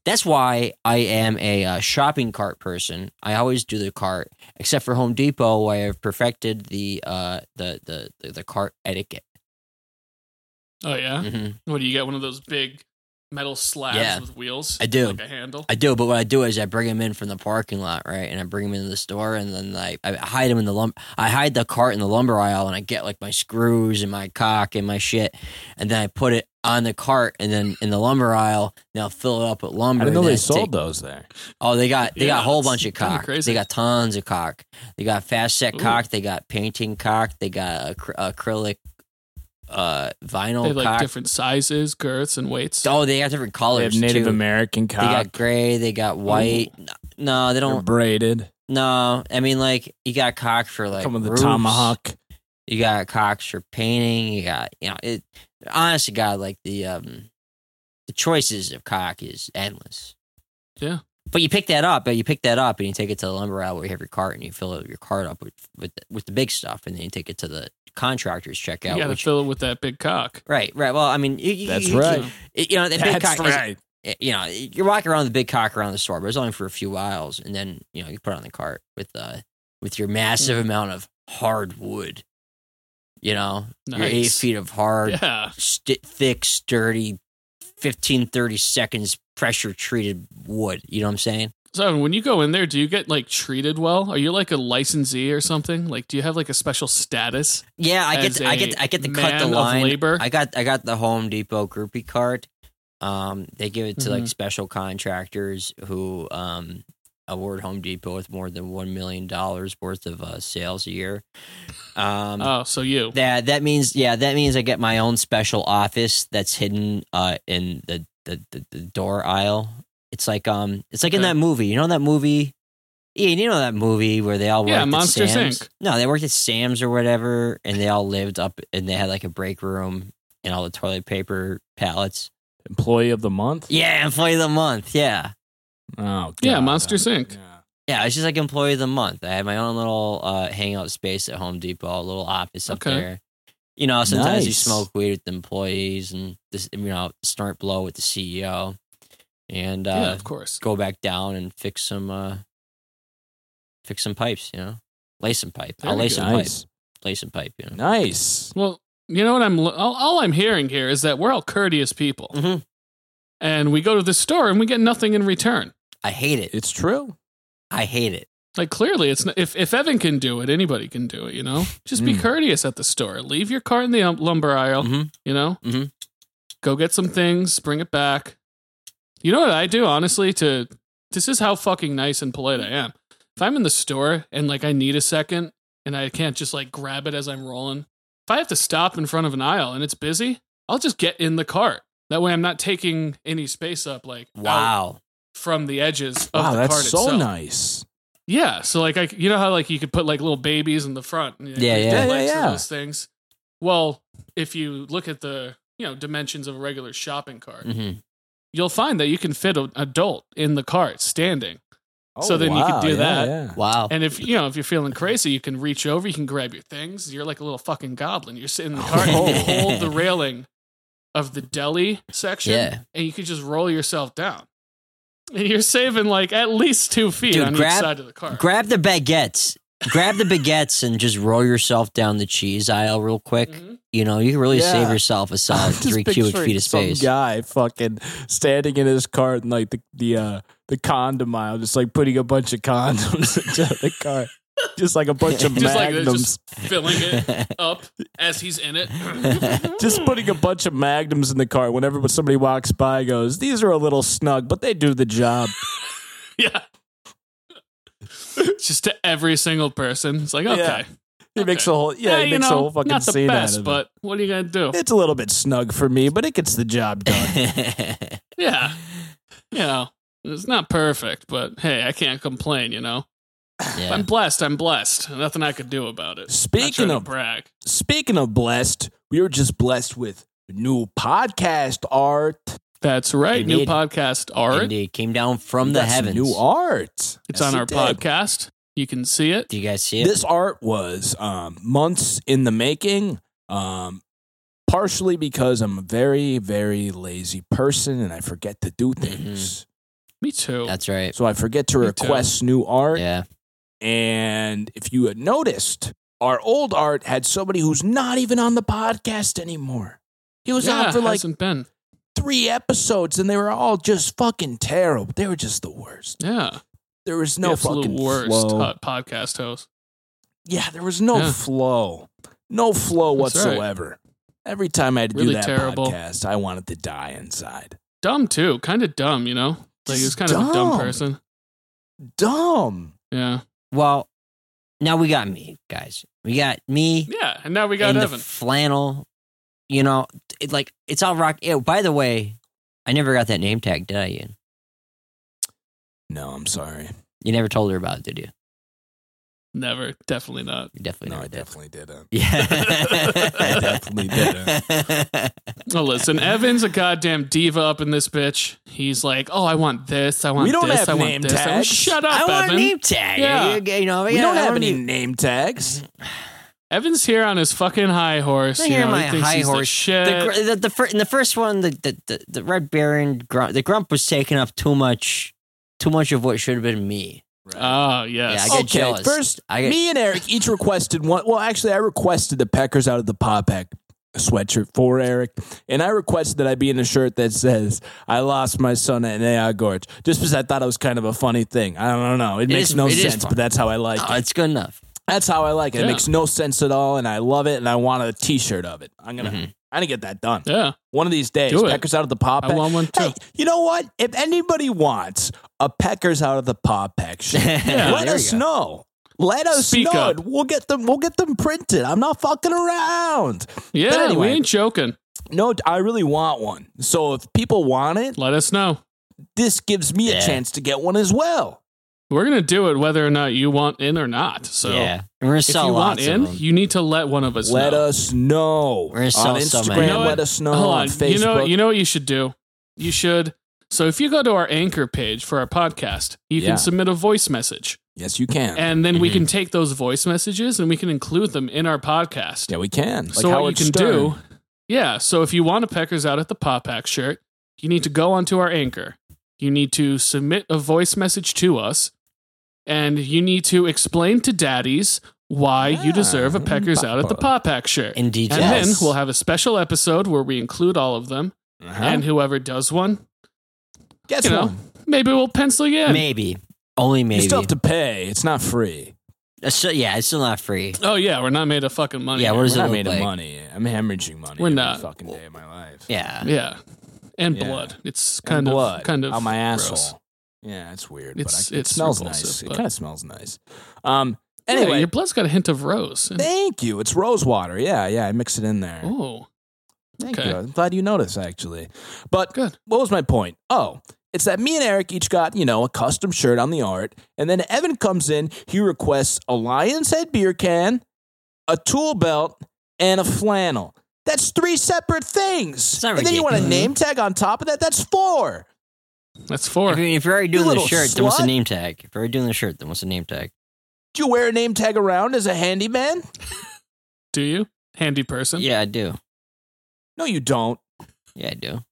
Speaker 1: That's why I am a uh, shopping cart person. I always do the cart, except for Home Depot, where I have perfected the uh, the, the the the cart etiquette.
Speaker 2: Oh yeah.
Speaker 1: hmm
Speaker 2: What do you get? One of those big metal slabs
Speaker 1: Yeah.
Speaker 2: with wheels?
Speaker 1: I do.
Speaker 2: Like a handle?
Speaker 1: I do, but what I do is I bring them in from the parking lot, right? And I bring them into the store, and then I, I hide them in the lump. I hide the cart in the lumber aisle, and I get like my screws and my cock and my shit, and then I put it on the cart, and then in the lumber aisle, and I'll fill it up with lumber.
Speaker 5: I didn't know
Speaker 1: and then
Speaker 5: they
Speaker 1: I
Speaker 5: sold
Speaker 1: take-
Speaker 5: those there.
Speaker 1: Oh, they got they got
Speaker 2: Yeah,
Speaker 1: a whole
Speaker 2: that's
Speaker 1: bunch of
Speaker 2: kinda
Speaker 1: cock.
Speaker 2: crazy.
Speaker 1: They got tons of cock. They got fast set
Speaker 2: Ooh.
Speaker 1: cock. They got painting cock. They got acr- acrylic, uh,
Speaker 2: they
Speaker 1: vinyl
Speaker 2: have like
Speaker 1: cock.
Speaker 2: different sizes, girths, and weights.
Speaker 1: oh, they got different
Speaker 5: They
Speaker 1: colors
Speaker 5: have Native
Speaker 1: too.
Speaker 5: American
Speaker 1: They got
Speaker 5: cock.
Speaker 1: gray. They got white. N- No, they
Speaker 5: They're
Speaker 1: don't.
Speaker 5: braided.
Speaker 1: No, I mean like you got cock for like
Speaker 5: Come with the
Speaker 1: roofs.
Speaker 5: tomahawk.
Speaker 1: You got cocks for painting. You got you know it. Honest to God, like the um, the choices of cock is endless.
Speaker 2: Yeah.
Speaker 1: But you pick that up, but you pick that up and you take it to the lumber aisle where you have your cart and you fill your cart up with with the, with the big stuff and then you take it to the contractor's
Speaker 2: you
Speaker 1: checkout.
Speaker 2: gotta
Speaker 1: which,
Speaker 2: fill it with that big cock.
Speaker 1: right, right. Well, I mean, you, you-
Speaker 5: That's
Speaker 1: you-
Speaker 5: right.
Speaker 1: You, you know, that big cock.
Speaker 5: That's
Speaker 1: is-
Speaker 5: right.
Speaker 1: eh, you know, you walk around with the big cock around the store, but it's only for a few aisles, and then you know you put it on the cart with uh with your massive
Speaker 2: Mm.
Speaker 1: amount of hard wood. You know, your eight
Speaker 2: Nice.
Speaker 1: feet of hard
Speaker 2: Yeah.
Speaker 1: sti thick, sturdy, 15, 30 seconds pressure treated wood. You know what I'm saying?
Speaker 2: So when you go in there, do you get like treated well? Are you like a licensee or something? Like, do you have like a special status?
Speaker 1: Yeah, I
Speaker 2: as
Speaker 1: get, I
Speaker 2: a
Speaker 1: get, I get to
Speaker 2: man
Speaker 1: cut the
Speaker 2: of
Speaker 1: line.
Speaker 2: labor?
Speaker 1: I got, I got the Home Depot groupie card. Um, they give it to like special contractors who um award Home Depot with more than one million dollars worth of uh, sales a year. Um,
Speaker 2: oh, so you.
Speaker 1: that that means yeah, that means I get my own special office that's hidden uh in the the, the, the door aisle. It's like um it's like in
Speaker 2: Okay.
Speaker 1: that movie. You know that movie? Yeah, you know that movie where they all worked
Speaker 2: Yeah,
Speaker 1: at
Speaker 2: Monsters,
Speaker 1: Sam's?
Speaker 2: Inc.
Speaker 1: No, they worked at Sam's or whatever and they all lived up and they had like a break room and all the toilet paper pallets.
Speaker 5: Employee of the month.
Speaker 1: Yeah, employee of the month. Yeah.
Speaker 5: Oh, God.
Speaker 2: Yeah, Monsters,
Speaker 5: Yeah.
Speaker 2: Inc.
Speaker 1: Yeah, it's just like employee of the month. I had my own little uh, hangout space at Home Depot, a little office up
Speaker 2: Okay.
Speaker 1: there. You know, sometimes you
Speaker 5: Nice.
Speaker 1: smoke weed with the employees and this, you know, snort blow with the CEO, and uh,
Speaker 2: yeah, of course.
Speaker 1: go back down and fix some, uh, fix some pipes. You know, lay some pipe.
Speaker 2: There
Speaker 1: I'll
Speaker 2: you
Speaker 1: lay
Speaker 2: go.
Speaker 1: some
Speaker 5: Nice.
Speaker 1: pipe. Lay some pipe. You know.
Speaker 5: Nice.
Speaker 2: Well, you know what I'm. All, all I'm hearing here is that we're all courteous people,
Speaker 1: Mhm.
Speaker 2: and we go to this store and we get nothing in return.
Speaker 1: I hate it.
Speaker 5: It's true.
Speaker 1: I hate it.
Speaker 2: Like clearly, it's not, if if Evan can do it, anybody can do it. You know, just be
Speaker 5: Mm.
Speaker 2: courteous at the store. Leave your cart in the um, lumber aisle.
Speaker 1: Mhm.
Speaker 5: Mm-hmm.
Speaker 2: You know,
Speaker 1: Mhm.
Speaker 2: go get some things, bring it back. You know what I do honestly? To this is how fucking nice and polite I am. If I'm in the store and like I need a second and I can't just like grab it as I'm rolling, if I have to stop in front of an aisle and it's busy, I'll just get in the cart. That way, I'm not taking any space up, like out
Speaker 1: Wow.
Speaker 2: from the edges of
Speaker 5: Wow,
Speaker 2: the
Speaker 5: that's
Speaker 2: cart
Speaker 5: so
Speaker 2: itself.
Speaker 5: nice.
Speaker 2: Yeah, so like I, you know how like you could put like little babies in the front. And, you know,
Speaker 1: Yeah,
Speaker 2: you
Speaker 1: yeah.
Speaker 2: could
Speaker 5: Yeah,
Speaker 2: flex
Speaker 5: yeah,
Speaker 2: and
Speaker 5: yeah.
Speaker 2: Those things. Well, if you look at the you know dimensions of a regular shopping cart,
Speaker 1: hmm
Speaker 2: you'll find that you can fit an adult in the cart standing. So then you could do
Speaker 5: Oh, yeah,
Speaker 2: that.
Speaker 5: yeah.
Speaker 1: Wow.
Speaker 2: And if you know if you're feeling crazy, you can reach over, you can grab your things. You're like a little fucking goblin. You're sitting in the cart, and you
Speaker 1: Oh.
Speaker 2: hold the railing of the deli section,
Speaker 1: Yeah.
Speaker 2: and you can just roll yourself down. And you're saving like at least two feet
Speaker 1: Dude,
Speaker 2: on
Speaker 1: grab-
Speaker 2: each side of the cart.
Speaker 1: Grab the baguettes. grab the baguettes and just roll yourself down the cheese aisle real quick.
Speaker 2: Mm-hmm.
Speaker 1: You know, you can really save
Speaker 5: Yeah.
Speaker 1: yourself a solid
Speaker 5: Just
Speaker 1: three cubic
Speaker 5: picturing
Speaker 1: feet of space.
Speaker 5: Some guy fucking standing in his cart and like the the uh, the condom aisle, just like putting a bunch of condoms into the cart, just like a bunch of
Speaker 2: Just like they're
Speaker 5: magnums,
Speaker 2: just filling it up as he's in it.
Speaker 5: just, putting a bunch of magnums in the cart. Whenever when somebody walks by, goes, "These are a little snug, but they do the job."
Speaker 2: yeah. Just to every single person. It's like, okay.
Speaker 5: Yeah. He makes a whole yeah,
Speaker 2: Eh,
Speaker 5: he
Speaker 2: you
Speaker 5: makes
Speaker 2: know,
Speaker 5: a whole fucking
Speaker 2: not the
Speaker 5: scene
Speaker 2: best,
Speaker 5: out of it.
Speaker 2: but what are you going to do?
Speaker 5: It's a little bit snug for me, but it gets the job done.
Speaker 2: Yeah. You know, it's not perfect, but hey, I can't complain, you know? If I'm
Speaker 1: yeah.
Speaker 2: blessed. I'm blessed. Nothing I could do about it. Not
Speaker 5: Speaking
Speaker 2: trying to
Speaker 5: of-
Speaker 2: brag.
Speaker 5: Speaking of blessed, we were just blessed with new podcast art.
Speaker 2: That's right. New
Speaker 1: Indeed.
Speaker 2: podcast art.
Speaker 1: Indeed, came down from the
Speaker 5: That's
Speaker 1: heavens.
Speaker 5: New art.
Speaker 2: It's
Speaker 5: Yes,
Speaker 2: on
Speaker 5: it
Speaker 2: our
Speaker 5: did.
Speaker 2: podcast. You can see it.
Speaker 1: Do you guys see it?
Speaker 5: This art was um, months in the making, um, partially because I'm a very, very lazy person and I forget to do things.
Speaker 2: Me too.
Speaker 1: That's right.
Speaker 5: So I forget to
Speaker 2: Mm-hmm. Me
Speaker 5: request new art.
Speaker 1: Yeah.
Speaker 5: And if you had noticed, our old art had somebody who's not even on the podcast anymore. He was
Speaker 2: yeah,
Speaker 5: on for like
Speaker 2: hasn't been.
Speaker 5: three episodes and they were all just fucking terrible. They were just the worst.
Speaker 2: Yeah.
Speaker 5: There was
Speaker 2: the
Speaker 5: no
Speaker 2: absolute
Speaker 5: fucking
Speaker 2: worst
Speaker 5: flow.
Speaker 2: hot podcast host.
Speaker 5: Yeah, there was no
Speaker 2: Yeah.
Speaker 5: flow. No flow
Speaker 2: That's right.
Speaker 5: whatsoever. Every time I had to
Speaker 2: Really
Speaker 5: do that
Speaker 2: terrible.
Speaker 5: podcast, I wanted to die inside.
Speaker 2: Dumb too. Kind of dumb, you know? Like he was
Speaker 5: Just
Speaker 2: kind of a dumb
Speaker 5: dumb.
Speaker 2: person.
Speaker 5: Dumb.
Speaker 2: Yeah.
Speaker 1: Well, now we got me, guys. We got me
Speaker 2: Yeah. And now we got
Speaker 1: in the
Speaker 2: Evan.
Speaker 1: flannel. You know, it, like it's all rock. ew, by the way, I never got that name tag, did I? Ian?
Speaker 5: No, I'm sorry.
Speaker 1: You never told her about it, did you?
Speaker 2: Never. Definitely not.
Speaker 1: You definitely
Speaker 5: No,
Speaker 1: never
Speaker 5: I
Speaker 1: did.
Speaker 5: definitely didn't.
Speaker 1: Yeah.
Speaker 5: I definitely
Speaker 1: did.
Speaker 2: Oh, listen, Evan's a goddamn diva up in this bitch. He's like, oh, I want this. I want
Speaker 5: We don't
Speaker 2: this.
Speaker 5: have
Speaker 2: I want
Speaker 5: name
Speaker 2: this. I want-
Speaker 5: tags.
Speaker 2: Shut up,
Speaker 1: I want a
Speaker 2: Evan.
Speaker 1: name tag.
Speaker 2: Yeah.
Speaker 1: You, you know,
Speaker 5: We
Speaker 1: yeah,
Speaker 5: don't
Speaker 1: I
Speaker 5: have
Speaker 1: want
Speaker 5: any
Speaker 1: a-
Speaker 5: name tags.
Speaker 2: Evan's here on his fucking high horse.
Speaker 1: I'm
Speaker 2: you
Speaker 1: here
Speaker 2: know,
Speaker 1: on
Speaker 2: he
Speaker 1: my
Speaker 2: thinks
Speaker 1: high
Speaker 2: he's the
Speaker 1: horse.
Speaker 2: shit.
Speaker 1: The, gr- the, the, fir- in the first one, the, the, the, the Red Baron, grump, the Grump was taking up too much, too much of what should have been me.
Speaker 2: oh, yes.
Speaker 1: I get
Speaker 5: okay,
Speaker 1: jealous.
Speaker 5: first,
Speaker 1: I get-
Speaker 5: me and Eric each requested one. Well, actually, I requested the Packers out of the Pop Pack sweatshirt for Eric, and I requested that I be in a shirt that says "I lost my son at Naya Gorge," just because I thought it was kind of a funny thing. I don't know. It, makes
Speaker 1: is-
Speaker 5: no
Speaker 1: it is
Speaker 5: sense,
Speaker 1: fun.
Speaker 5: but that's how I like
Speaker 1: Oh,
Speaker 5: it.
Speaker 1: it's good enough.
Speaker 5: That's how I like it.
Speaker 2: Yeah.
Speaker 5: It makes no sense at all, and I love it, and I want a T-shirt of it. I'm gonna, I'm gonna get that done.
Speaker 2: Mm-hmm. yeah.
Speaker 5: One of these days,
Speaker 2: Do it.
Speaker 5: Packers out of the Pop
Speaker 2: I
Speaker 5: Pack.
Speaker 2: want one, too.
Speaker 5: Hey, you know what? If anybody wants a Packers out of the Pop Pack shirt,
Speaker 1: Yeah,
Speaker 5: let
Speaker 1: there
Speaker 5: us
Speaker 1: you go.
Speaker 5: know. Let us
Speaker 2: Speak
Speaker 5: know.
Speaker 2: up.
Speaker 5: and We'll get them. We'll get them printed. I'm not fucking around.
Speaker 2: Yeah,
Speaker 5: But anyway.
Speaker 2: we ain't joking.
Speaker 5: No, I really want one. So if people want it,
Speaker 2: Let us know.
Speaker 5: this gives me a
Speaker 1: Yeah.
Speaker 5: chance to get one as well.
Speaker 2: We're going to do it whether or not you want in or not. So
Speaker 1: yeah, we're gonna
Speaker 2: if
Speaker 1: sell
Speaker 2: you want
Speaker 1: lots of
Speaker 2: in,
Speaker 1: them.
Speaker 2: you need to let one of us
Speaker 5: let
Speaker 2: know.
Speaker 5: us know
Speaker 1: We're gonna sell
Speaker 5: on
Speaker 1: some
Speaker 5: Instagram.
Speaker 1: out. You know
Speaker 5: let
Speaker 2: what?
Speaker 5: us know
Speaker 2: Hold
Speaker 5: on,
Speaker 2: on.
Speaker 5: Facebook.
Speaker 2: You know, you know what you should do? You should. So if you go to our anchor page for our podcast, you
Speaker 5: Yeah. Mm-hmm.
Speaker 2: can submit a voice message.
Speaker 5: yes, you can.
Speaker 2: And then we
Speaker 1: Mhm.
Speaker 2: can take those voice messages and we can include them in our podcast.
Speaker 5: yeah, we can. Like
Speaker 2: so what you
Speaker 5: Howard
Speaker 2: can
Speaker 5: Stern.
Speaker 2: do, yeah. So if you want a Peckers out at the Pop Pack shirt, you need to go onto our anchor. You need to submit a voice message to us, and you need to explain to daddies why you
Speaker 5: Yeah,
Speaker 2: deserve a
Speaker 5: mm,
Speaker 2: Peckers out at the Pop Pack shirt.
Speaker 1: in detail.
Speaker 2: and then
Speaker 5: Yes.
Speaker 2: we'll have a special episode where we include all of them,
Speaker 5: Uh-huh.
Speaker 2: and whoever does one,
Speaker 5: Guess
Speaker 2: you know,
Speaker 5: what?
Speaker 2: maybe we'll pencil you in.
Speaker 1: maybe, only
Speaker 5: You
Speaker 1: maybe.
Speaker 5: still have to pay. It's not free.
Speaker 1: It's still- yeah, it's still not free.
Speaker 2: Oh yeah, we're not made of fucking money.
Speaker 1: Yeah,
Speaker 2: here.
Speaker 1: what
Speaker 5: We're
Speaker 1: does it
Speaker 5: not
Speaker 1: look
Speaker 5: made of
Speaker 1: like?
Speaker 5: money. I'm hemorrhaging money
Speaker 2: We're
Speaker 5: every
Speaker 2: not.
Speaker 5: fucking day of my life.
Speaker 1: Yeah,
Speaker 2: yeah, and
Speaker 5: Yeah.
Speaker 2: blood. It's
Speaker 5: and
Speaker 2: kind of
Speaker 5: blood
Speaker 2: kind of
Speaker 5: on my
Speaker 2: gross.
Speaker 5: asshole. Yeah, it's weird.
Speaker 2: It's-
Speaker 5: but I, it
Speaker 2: it's
Speaker 5: smells nice.
Speaker 2: repulsive,
Speaker 5: It
Speaker 2: but-
Speaker 5: kind of smells nice. Um.
Speaker 2: Yeah,
Speaker 5: Anyway,
Speaker 2: your blood's got a hint of rose.
Speaker 5: thank you. It's rose water. Yeah, yeah. I mix it in there.
Speaker 2: Oh.
Speaker 5: thank
Speaker 2: okay.
Speaker 5: you. I'm glad you noticed actually. But
Speaker 2: Good.
Speaker 5: what was my point? Oh. It's that me and Eric each got, you know, a custom shirt on the art. And then Evan comes in, he requests a lion's head beer can, a tool belt, and a flannel. That's three separate things.
Speaker 1: It's not
Speaker 5: and then you want a
Speaker 1: ridiculous.
Speaker 5: name tag on top of that? That's four.
Speaker 2: That's
Speaker 1: I
Speaker 2: four.
Speaker 1: mean, if you're already doing the
Speaker 5: little
Speaker 1: shirt, then what's a
Speaker 5: slut.
Speaker 1: name tag? If you're already doing the shirt, then what's a name tag?
Speaker 5: Do you wear a name tag around as a handyman?
Speaker 2: Do you? Handy person.
Speaker 1: Yeah, I do.
Speaker 5: No, you don't.
Speaker 1: Yeah, I do.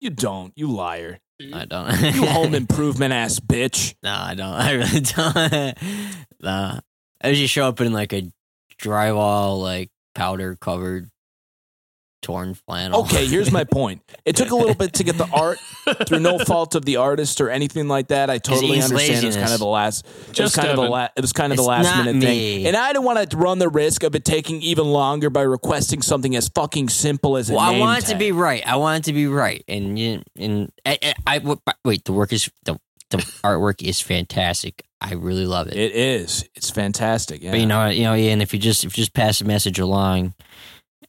Speaker 5: You don't. You liar.
Speaker 1: I don't.
Speaker 5: You home improvement ass bitch.
Speaker 1: No, I don't. I really don't. no, I just show up in like a drywall, like powder covered, torn flannel.
Speaker 5: Okay, here's my point. It took a little bit to get the art through no fault of the artist or anything like that. I totally
Speaker 1: Ian's
Speaker 5: understand. It was kind
Speaker 1: laziness.
Speaker 5: of the last. it was
Speaker 2: Just
Speaker 5: kind of the
Speaker 2: Evan.
Speaker 5: la- It was kind of
Speaker 1: It's
Speaker 5: the last
Speaker 1: not
Speaker 5: minute thing,
Speaker 1: me.
Speaker 5: and I didn't want to run the risk of it taking even longer by requesting something as fucking simple as a
Speaker 1: Well, I
Speaker 5: name
Speaker 1: want it to
Speaker 5: tag.
Speaker 1: be right. I want it to be right, and you and I, I, I w- but wait. The work is the the artwork is fantastic. I really love it.
Speaker 5: It is. It's fantastic. Yeah.
Speaker 1: But you know, you know, Ian, if you just if you just pass the message along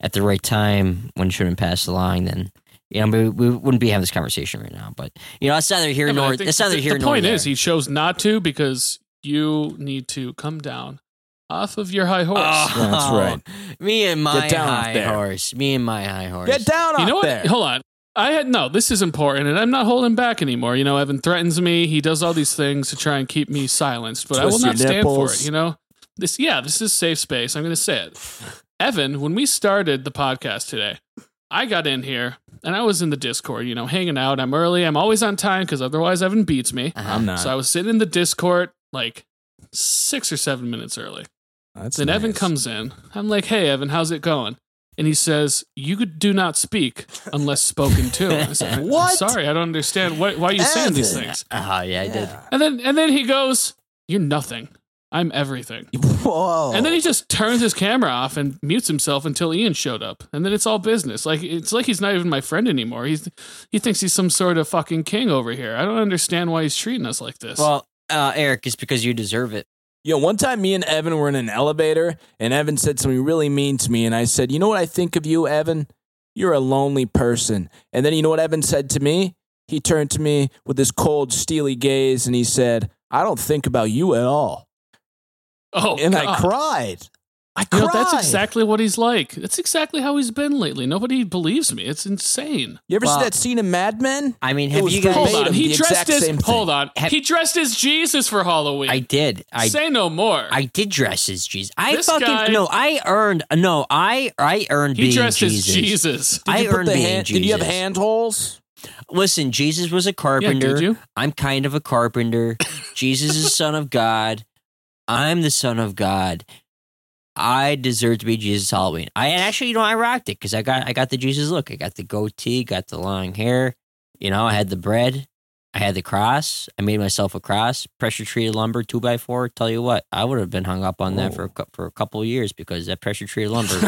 Speaker 1: at the right time when you shouldn't pass it along, then you know we, we wouldn't be having this conversation right now. But you know, it's neither here
Speaker 2: I mean, I
Speaker 1: nor
Speaker 2: think
Speaker 1: it's neither
Speaker 2: the,
Speaker 1: here
Speaker 2: the
Speaker 1: nor
Speaker 2: point
Speaker 1: there.
Speaker 2: is he chose not to because you need to come down off of your high horse.
Speaker 1: Oh,
Speaker 5: That's right.
Speaker 1: Me and my
Speaker 5: Get down off
Speaker 1: high
Speaker 5: there.
Speaker 1: horse. Me and my high horse.
Speaker 5: Get down
Speaker 2: you
Speaker 5: off
Speaker 2: know what?
Speaker 5: there.
Speaker 2: Hold on. I had no. This is important, and I'm not holding back anymore. You know, Evan threatens me. He does all these things to try and keep me silenced, but I will
Speaker 5: Twist your
Speaker 2: not stand for
Speaker 5: nipples.
Speaker 2: it. You know, this. Yeah, this is safe space. I'm going to say it. Evan, when we started the podcast today, I got in here and I was in the Discord. You know, hanging out. I'm early. I'm always on time because otherwise Evan beats me.
Speaker 1: Uh-huh.
Speaker 5: I'm not.
Speaker 2: So I was sitting in the Discord like six or seven minutes early.
Speaker 5: That's
Speaker 2: Then Evan
Speaker 5: nice.
Speaker 2: comes in. I'm like, hey, Evan, how's it going? And he says, you could do not speak unless spoken to. And I said, "I'm
Speaker 5: What?
Speaker 2: sorry, I don't understand. Why, why are you saying these
Speaker 5: Evan.
Speaker 2: things?
Speaker 1: Oh yeah, I did.
Speaker 2: And then, and then he goes, you're nothing. I'm everything.
Speaker 5: Whoa.
Speaker 2: And then he just turns his camera off and mutes himself until Ian showed up. And then it's all business. Like it's like he's not even my friend anymore. He's he thinks he's some sort of fucking king over here. I don't understand why he's treating us like this.
Speaker 1: Well, uh, Eric, it's because you deserve it.
Speaker 5: Yo, one time me and Evan were in an elevator, and Evan said something really mean to me, and I said, You know what I think of you, Evan? You're a lonely person. And then you know what Evan said to me? He turned to me with his cold, steely gaze, and he said, I don't think about you at all.
Speaker 2: oh,
Speaker 5: and I
Speaker 2: God.
Speaker 5: cried. I
Speaker 2: You
Speaker 5: cried.
Speaker 2: know, that's exactly what he's like. That's exactly how he's been lately. Nobody believes me. It's insane.
Speaker 5: You ever
Speaker 1: Wow.
Speaker 5: see that scene in Mad Men?
Speaker 1: I mean,
Speaker 5: It
Speaker 1: have
Speaker 5: was
Speaker 1: you guys?
Speaker 2: Hold
Speaker 5: Verbatim,
Speaker 2: on. He
Speaker 5: the
Speaker 2: dressed
Speaker 5: exact
Speaker 2: as
Speaker 5: same thing.
Speaker 2: Hold on.
Speaker 1: Have-
Speaker 2: he dressed as Jesus for Halloween.
Speaker 1: I did. I
Speaker 2: Say no more.
Speaker 1: I did dress as Jesus. I
Speaker 2: This
Speaker 1: fucking
Speaker 2: guy-
Speaker 1: no. I earned no. I I earned
Speaker 2: he
Speaker 1: being
Speaker 2: dressed
Speaker 1: Jesus.
Speaker 2: as Jesus.
Speaker 1: I
Speaker 5: Put
Speaker 1: earned
Speaker 5: the
Speaker 1: being
Speaker 5: hand-
Speaker 1: Jesus.
Speaker 5: Did you have hand holes?
Speaker 1: Listen, Jesus was a
Speaker 2: Yeah,
Speaker 1: carpenter.
Speaker 2: did you?
Speaker 1: I'm kind of a carpenter. Jesus is the son of God. I'm the son of God. I deserve to be Jesus Halloween. I and actually, you know, I rocked it because I got I got the Jesus look. I got the goatee, got the long hair. You know, I had the bread. I had the cross. I made myself a cross, pressure treated lumber, two by four. Tell you what, I would have been hung up on that for a, cou- for a couple of years because that pressure treated lumber gonna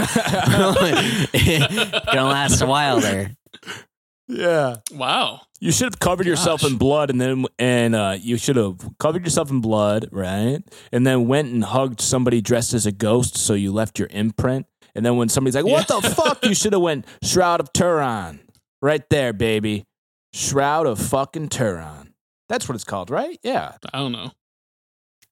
Speaker 1: last a while there.
Speaker 5: Yeah.
Speaker 2: Wow.
Speaker 5: You should have covered yourself
Speaker 2: Gosh.
Speaker 5: in blood, and then and uh, you should have covered yourself in blood, right? And then went and hugged somebody dressed as a ghost, so you left your imprint. And then when somebody's like, "What the fuck," you should have went shroud of Turon, right there, baby, shroud of fucking Turon. That's what it's called, right? Yeah.
Speaker 2: I don't know.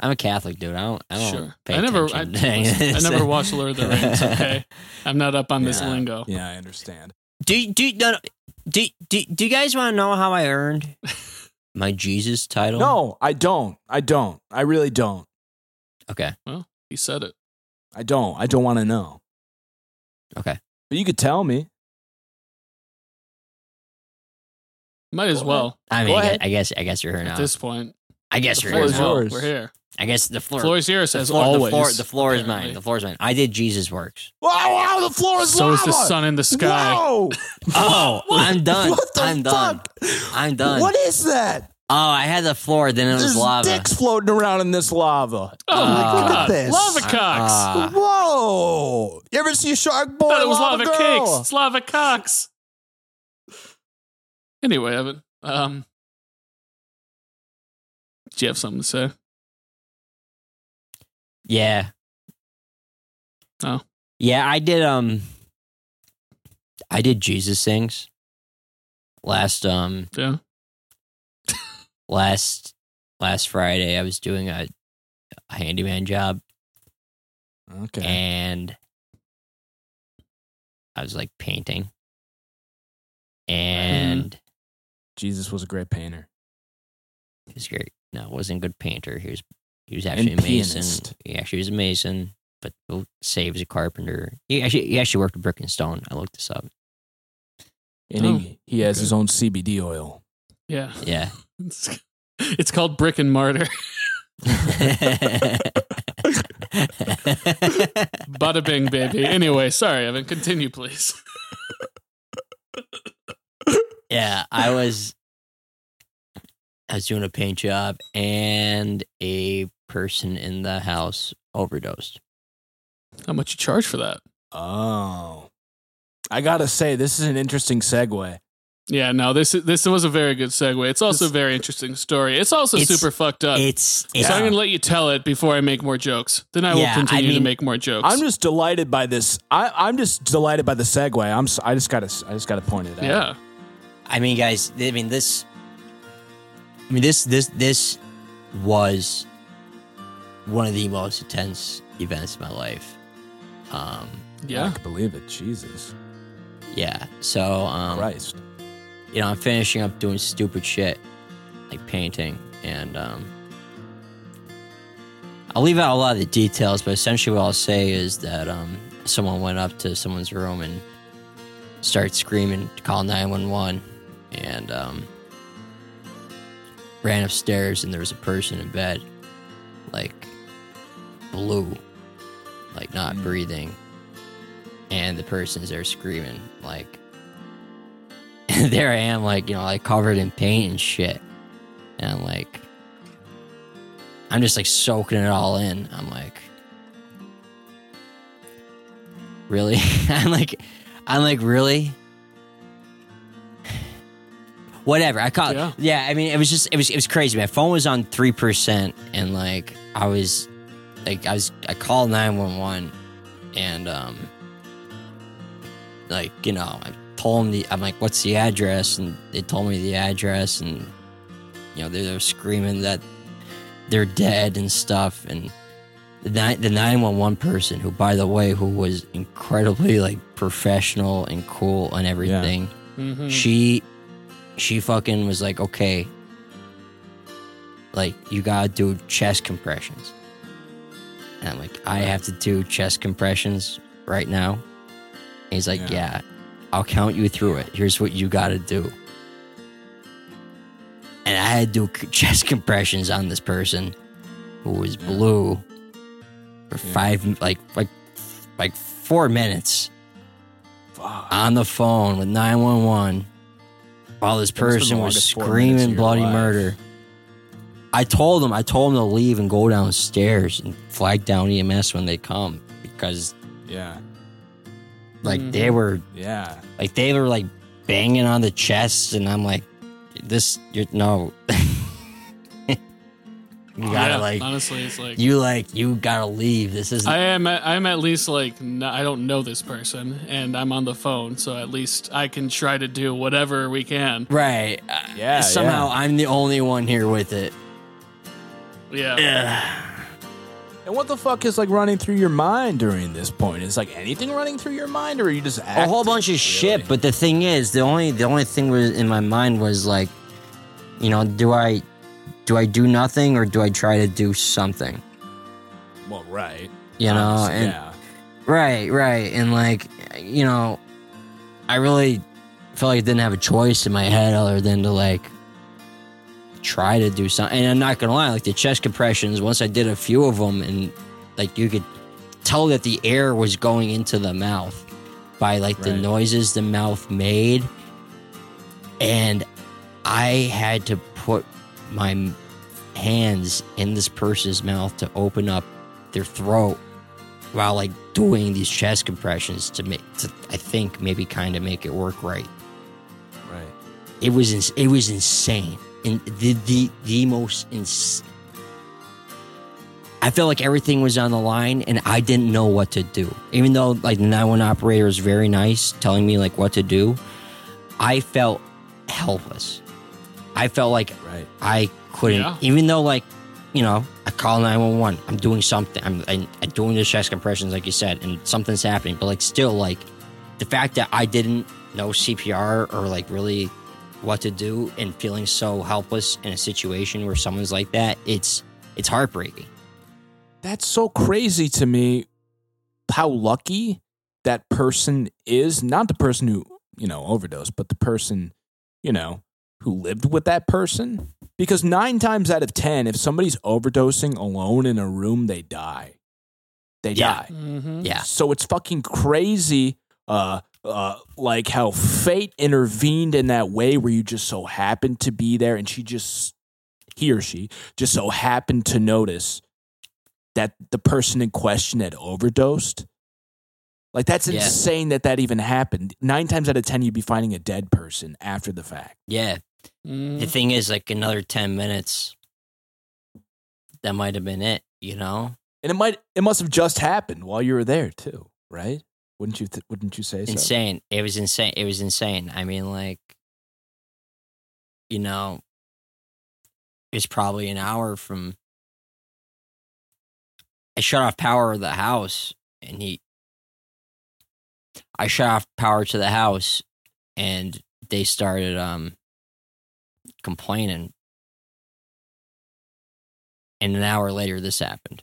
Speaker 1: I'm a Catholic dude. I don't. I don't
Speaker 2: Sure.
Speaker 1: pay
Speaker 2: I never. I,
Speaker 1: attention.
Speaker 2: I never watched Lord of the Rings. Okay. I'm not up on this
Speaker 5: Yeah.
Speaker 2: lingo.
Speaker 5: Yeah, I understand.
Speaker 1: Do do no, no, do do do you guys want to know how I earned my Jesus title?
Speaker 5: No, I don't. I don't. I really don't.
Speaker 1: Okay.
Speaker 2: He said it.
Speaker 5: I don't. I don't want to know.
Speaker 1: Okay.
Speaker 5: But you could tell me.
Speaker 2: Might as
Speaker 5: Go
Speaker 2: well
Speaker 1: I mean,
Speaker 5: Go
Speaker 1: I guess,
Speaker 5: ahead.
Speaker 1: I guess I guess you're here
Speaker 2: at
Speaker 1: now.
Speaker 2: this point.
Speaker 1: I guess
Speaker 2: The
Speaker 1: you're
Speaker 2: floor
Speaker 1: here
Speaker 2: is
Speaker 5: Floor's
Speaker 1: now.
Speaker 5: yours.
Speaker 2: We're here.
Speaker 1: I guess the floor.
Speaker 2: Floor is yours
Speaker 1: the
Speaker 2: as
Speaker 1: floor,
Speaker 2: always.
Speaker 1: the floor, the floor is mine.
Speaker 2: apparently.
Speaker 1: The floor is mine. I did Jesus works.
Speaker 5: Wow! Wow! The floor is
Speaker 2: So is the
Speaker 5: lava!
Speaker 2: sun in the sky.
Speaker 5: Whoa!
Speaker 1: Oh, I'm done.
Speaker 5: What the
Speaker 1: I'm done.
Speaker 5: fuck?
Speaker 1: I'm done.
Speaker 5: What is that?
Speaker 1: Oh, I had the floor. Then it was
Speaker 5: There's
Speaker 1: lava.
Speaker 5: dicks floating around in this lava.
Speaker 2: Oh my
Speaker 1: Uh,
Speaker 5: Look at
Speaker 2: god.
Speaker 5: this.
Speaker 2: Lava cocks.
Speaker 1: Ah.
Speaker 5: Whoa! You ever see a shark boy?
Speaker 2: thought it was
Speaker 5: Oh, lava
Speaker 2: lava,
Speaker 5: girl?
Speaker 2: cakes. It's lava cocks. Anyway, Evan, um, do you have something to say?
Speaker 1: Yeah.
Speaker 2: Oh.
Speaker 1: Yeah, I did um I did Jesus things last um
Speaker 2: Yeah.
Speaker 1: last last Friday I was doing a, a handyman job
Speaker 5: Okay.
Speaker 1: and I was like painting. And
Speaker 5: Mm. Jesus was a great painter.
Speaker 1: he was great. No, wasn't a good painter. He was he was actually
Speaker 5: And
Speaker 1: a mason.
Speaker 5: pianist.
Speaker 1: He actually was a mason, but oh, say he was a carpenter. He actually he actually worked with brick and stone. I looked this up.
Speaker 5: And
Speaker 1: Oh,
Speaker 5: he, he has
Speaker 2: okay.
Speaker 5: his own CBD oil.
Speaker 2: Yeah.
Speaker 1: Yeah.
Speaker 2: It's, it's called Brick and Martyr. Bada bing, baby. Anyway, sorry, Evan. Continue, please.
Speaker 1: Yeah, I was I was doing a paint job and a person in the house overdosed.
Speaker 2: How much you charge for that?
Speaker 5: Oh. I gotta say, this is an interesting segue.
Speaker 2: Yeah, no, this this was a very good segue. It's also a very interesting story. It's also
Speaker 1: It's-
Speaker 2: super fucked up.
Speaker 1: It's, it's
Speaker 2: Uh, So I'm going to let you tell it before I make more jokes. Then
Speaker 1: Yeah,
Speaker 2: I
Speaker 1: I
Speaker 2: will continue to
Speaker 1: mean-
Speaker 2: make more jokes.
Speaker 5: I'm just delighted by this. I, I'm just delighted by the segue. I'm. s- I just gotta. s- I just gotta point it out.
Speaker 2: yeah.
Speaker 1: I mean, guys, I mean this. I mean this this this was one of the most intense events of my life. Um,
Speaker 5: I
Speaker 2: Yeah.
Speaker 5: can believe it. Jesus
Speaker 1: yeah. So, um,
Speaker 5: Christ.
Speaker 1: you know, I'm finishing up doing stupid shit like painting, and um, I'll leave out a lot of the details, but essentially what I'll say is that um, someone went up to someone's room and started screaming to call 911 and um, ran upstairs, and there was a person in bed, like blue, like not breathing. And the person's there screaming, like, and there I am, like, you know, like covered in paint and shit. And I'm like, I'm just like soaking it all in. I'm like, really? I'm like, I'm like, really? Whatever. I call
Speaker 2: Yeah.
Speaker 1: yeah. yeah, I mean, it was just, it was, it was crazy. My phone was on 3%, and like, I was, like, I was, I called 911, and, um, like you know i told them the i'm like what's the address and they told me the address and you know they're, they're screaming that they're dead and stuff and the, ni- the 911 person who by the way who was incredibly like professional and cool and everything
Speaker 2: hmm
Speaker 1: she she fucking was like okay like you gotta do chest compressions and i'm like i have to do chest compressions right now and he's like yeah. i'll count you through it here's what you gotta do and i had to do c- chest compressions on this person who was blue for five like like like four minutes
Speaker 5: Fuck.
Speaker 1: on the phone with 911 while this
Speaker 5: must've been
Speaker 1: person
Speaker 5: the
Speaker 1: was
Speaker 5: longest four minutes of
Speaker 1: screaming
Speaker 5: your
Speaker 1: bloody
Speaker 5: life.
Speaker 1: murder. I told him, I told him to leave and go downstairs and flag down EMS when they come because
Speaker 5: Yeah.
Speaker 1: like
Speaker 5: Mm-hmm.
Speaker 1: they were
Speaker 5: Yeah.
Speaker 1: like they were like banging on the chest and I'm like this you're no you gotta
Speaker 2: Yeah,
Speaker 1: like
Speaker 2: honestly, it's like
Speaker 1: you like you gotta leave this is
Speaker 2: I am. At, I'm at least like n I don't know this person, and I'm on the phone, so at least I can try to do whatever we can.
Speaker 1: right Uh,
Speaker 5: Yeah,
Speaker 1: somehow
Speaker 5: yeah.
Speaker 1: I'm the only one here with it
Speaker 2: Yeah.
Speaker 5: And what the fuck is like running through your mind during this point? Is like anything running through your mind, or are you just acting?
Speaker 1: a whole bunch of shit. But the thing is, the only the only thing was in my mind was like, you know, do I do I do nothing or do I try to do something?
Speaker 5: Well, right.
Speaker 1: You know,
Speaker 5: Obviously,
Speaker 1: and
Speaker 5: Uh, yeah.
Speaker 1: right, right, and like, you know, I really felt like I didn't have a choice in my head other than to like try to do something. And I'm not gonna lie, like the chest compressions. Once I did a few of them, and like you could tell that the air was going into the mouth by like the
Speaker 5: Right.
Speaker 1: noises the mouth made. And I had to put my m- hands in this person's mouth to open up their throat while like doing these chest compressions to make to I think maybe kind of make it work right.
Speaker 5: right.
Speaker 1: It was ins- it was insane. And the the the most ins- I felt like everything was on the line and I didn't know what to do. Even though like the 911 operator was very nice telling me like what to do, I felt helpless. I felt like
Speaker 5: Right.
Speaker 1: I couldn't,
Speaker 2: Yeah.
Speaker 1: even though like, you know, I call 911, I'm doing something, I'm, I'm, I'm doing the chest compressions, like you said, and something's happening. But like, still, like, the fact that I didn't know CPR or like really what to do and feeling so helpless in a situation where someone's like that, it's, it's heartbreaking.
Speaker 5: That's so crazy to me how lucky that person is. Not the person who, you know, overdosed, but the person, you know, who lived with that person Because nine times out of 10, if somebody's overdosing alone in a room, they die. They
Speaker 1: Yeah.
Speaker 5: die.
Speaker 2: Mm-hmm.
Speaker 1: Yeah.
Speaker 5: So it's fucking crazy, uh, uh, like how fate intervened in that way where you just so happened to be there and she just, he or she, just so happened to notice that the person in question had overdosed. Like that's
Speaker 1: Yeah.
Speaker 5: insane that that even happened. Nine times out of 10, you'd be finding a dead person after the fact.
Speaker 1: Yeah.
Speaker 2: Mm-hmm.
Speaker 1: The thing is, like another ten minutes. That might have been it. You know,
Speaker 5: And it might, it must have just happened while you were there too, right? Wouldn't you, th- wouldn't you say so?
Speaker 1: insane. It was insane. It was insane. I mean, like, you know, it's probably an hour from. I shut off power of the house, and he. I shut off power to the house, and they started um. Complaining. And an hour later, this happened.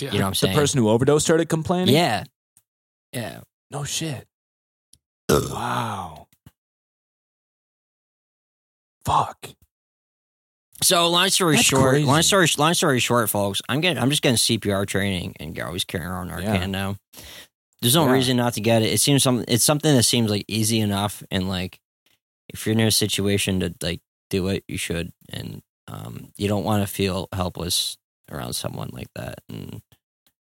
Speaker 2: Yeah.
Speaker 1: You know what I'm
Speaker 5: The
Speaker 1: saying?
Speaker 5: person who overdosed started complaining?
Speaker 1: Yeah. Yeah.
Speaker 5: No shit. wow. Fuck.
Speaker 1: So long story
Speaker 5: That's
Speaker 1: short, long
Speaker 5: crazy.
Speaker 1: story long story short, folks, I'm getting I'm just getting CPR training and go. He's carrying around Narcan
Speaker 5: Yeah.
Speaker 1: now. There's no
Speaker 5: Yeah.
Speaker 1: reason not to get it. It seems some it's something that seems like easy enough and like if you're in a situation to like do it, you should and um you don't want to feel helpless around someone like that and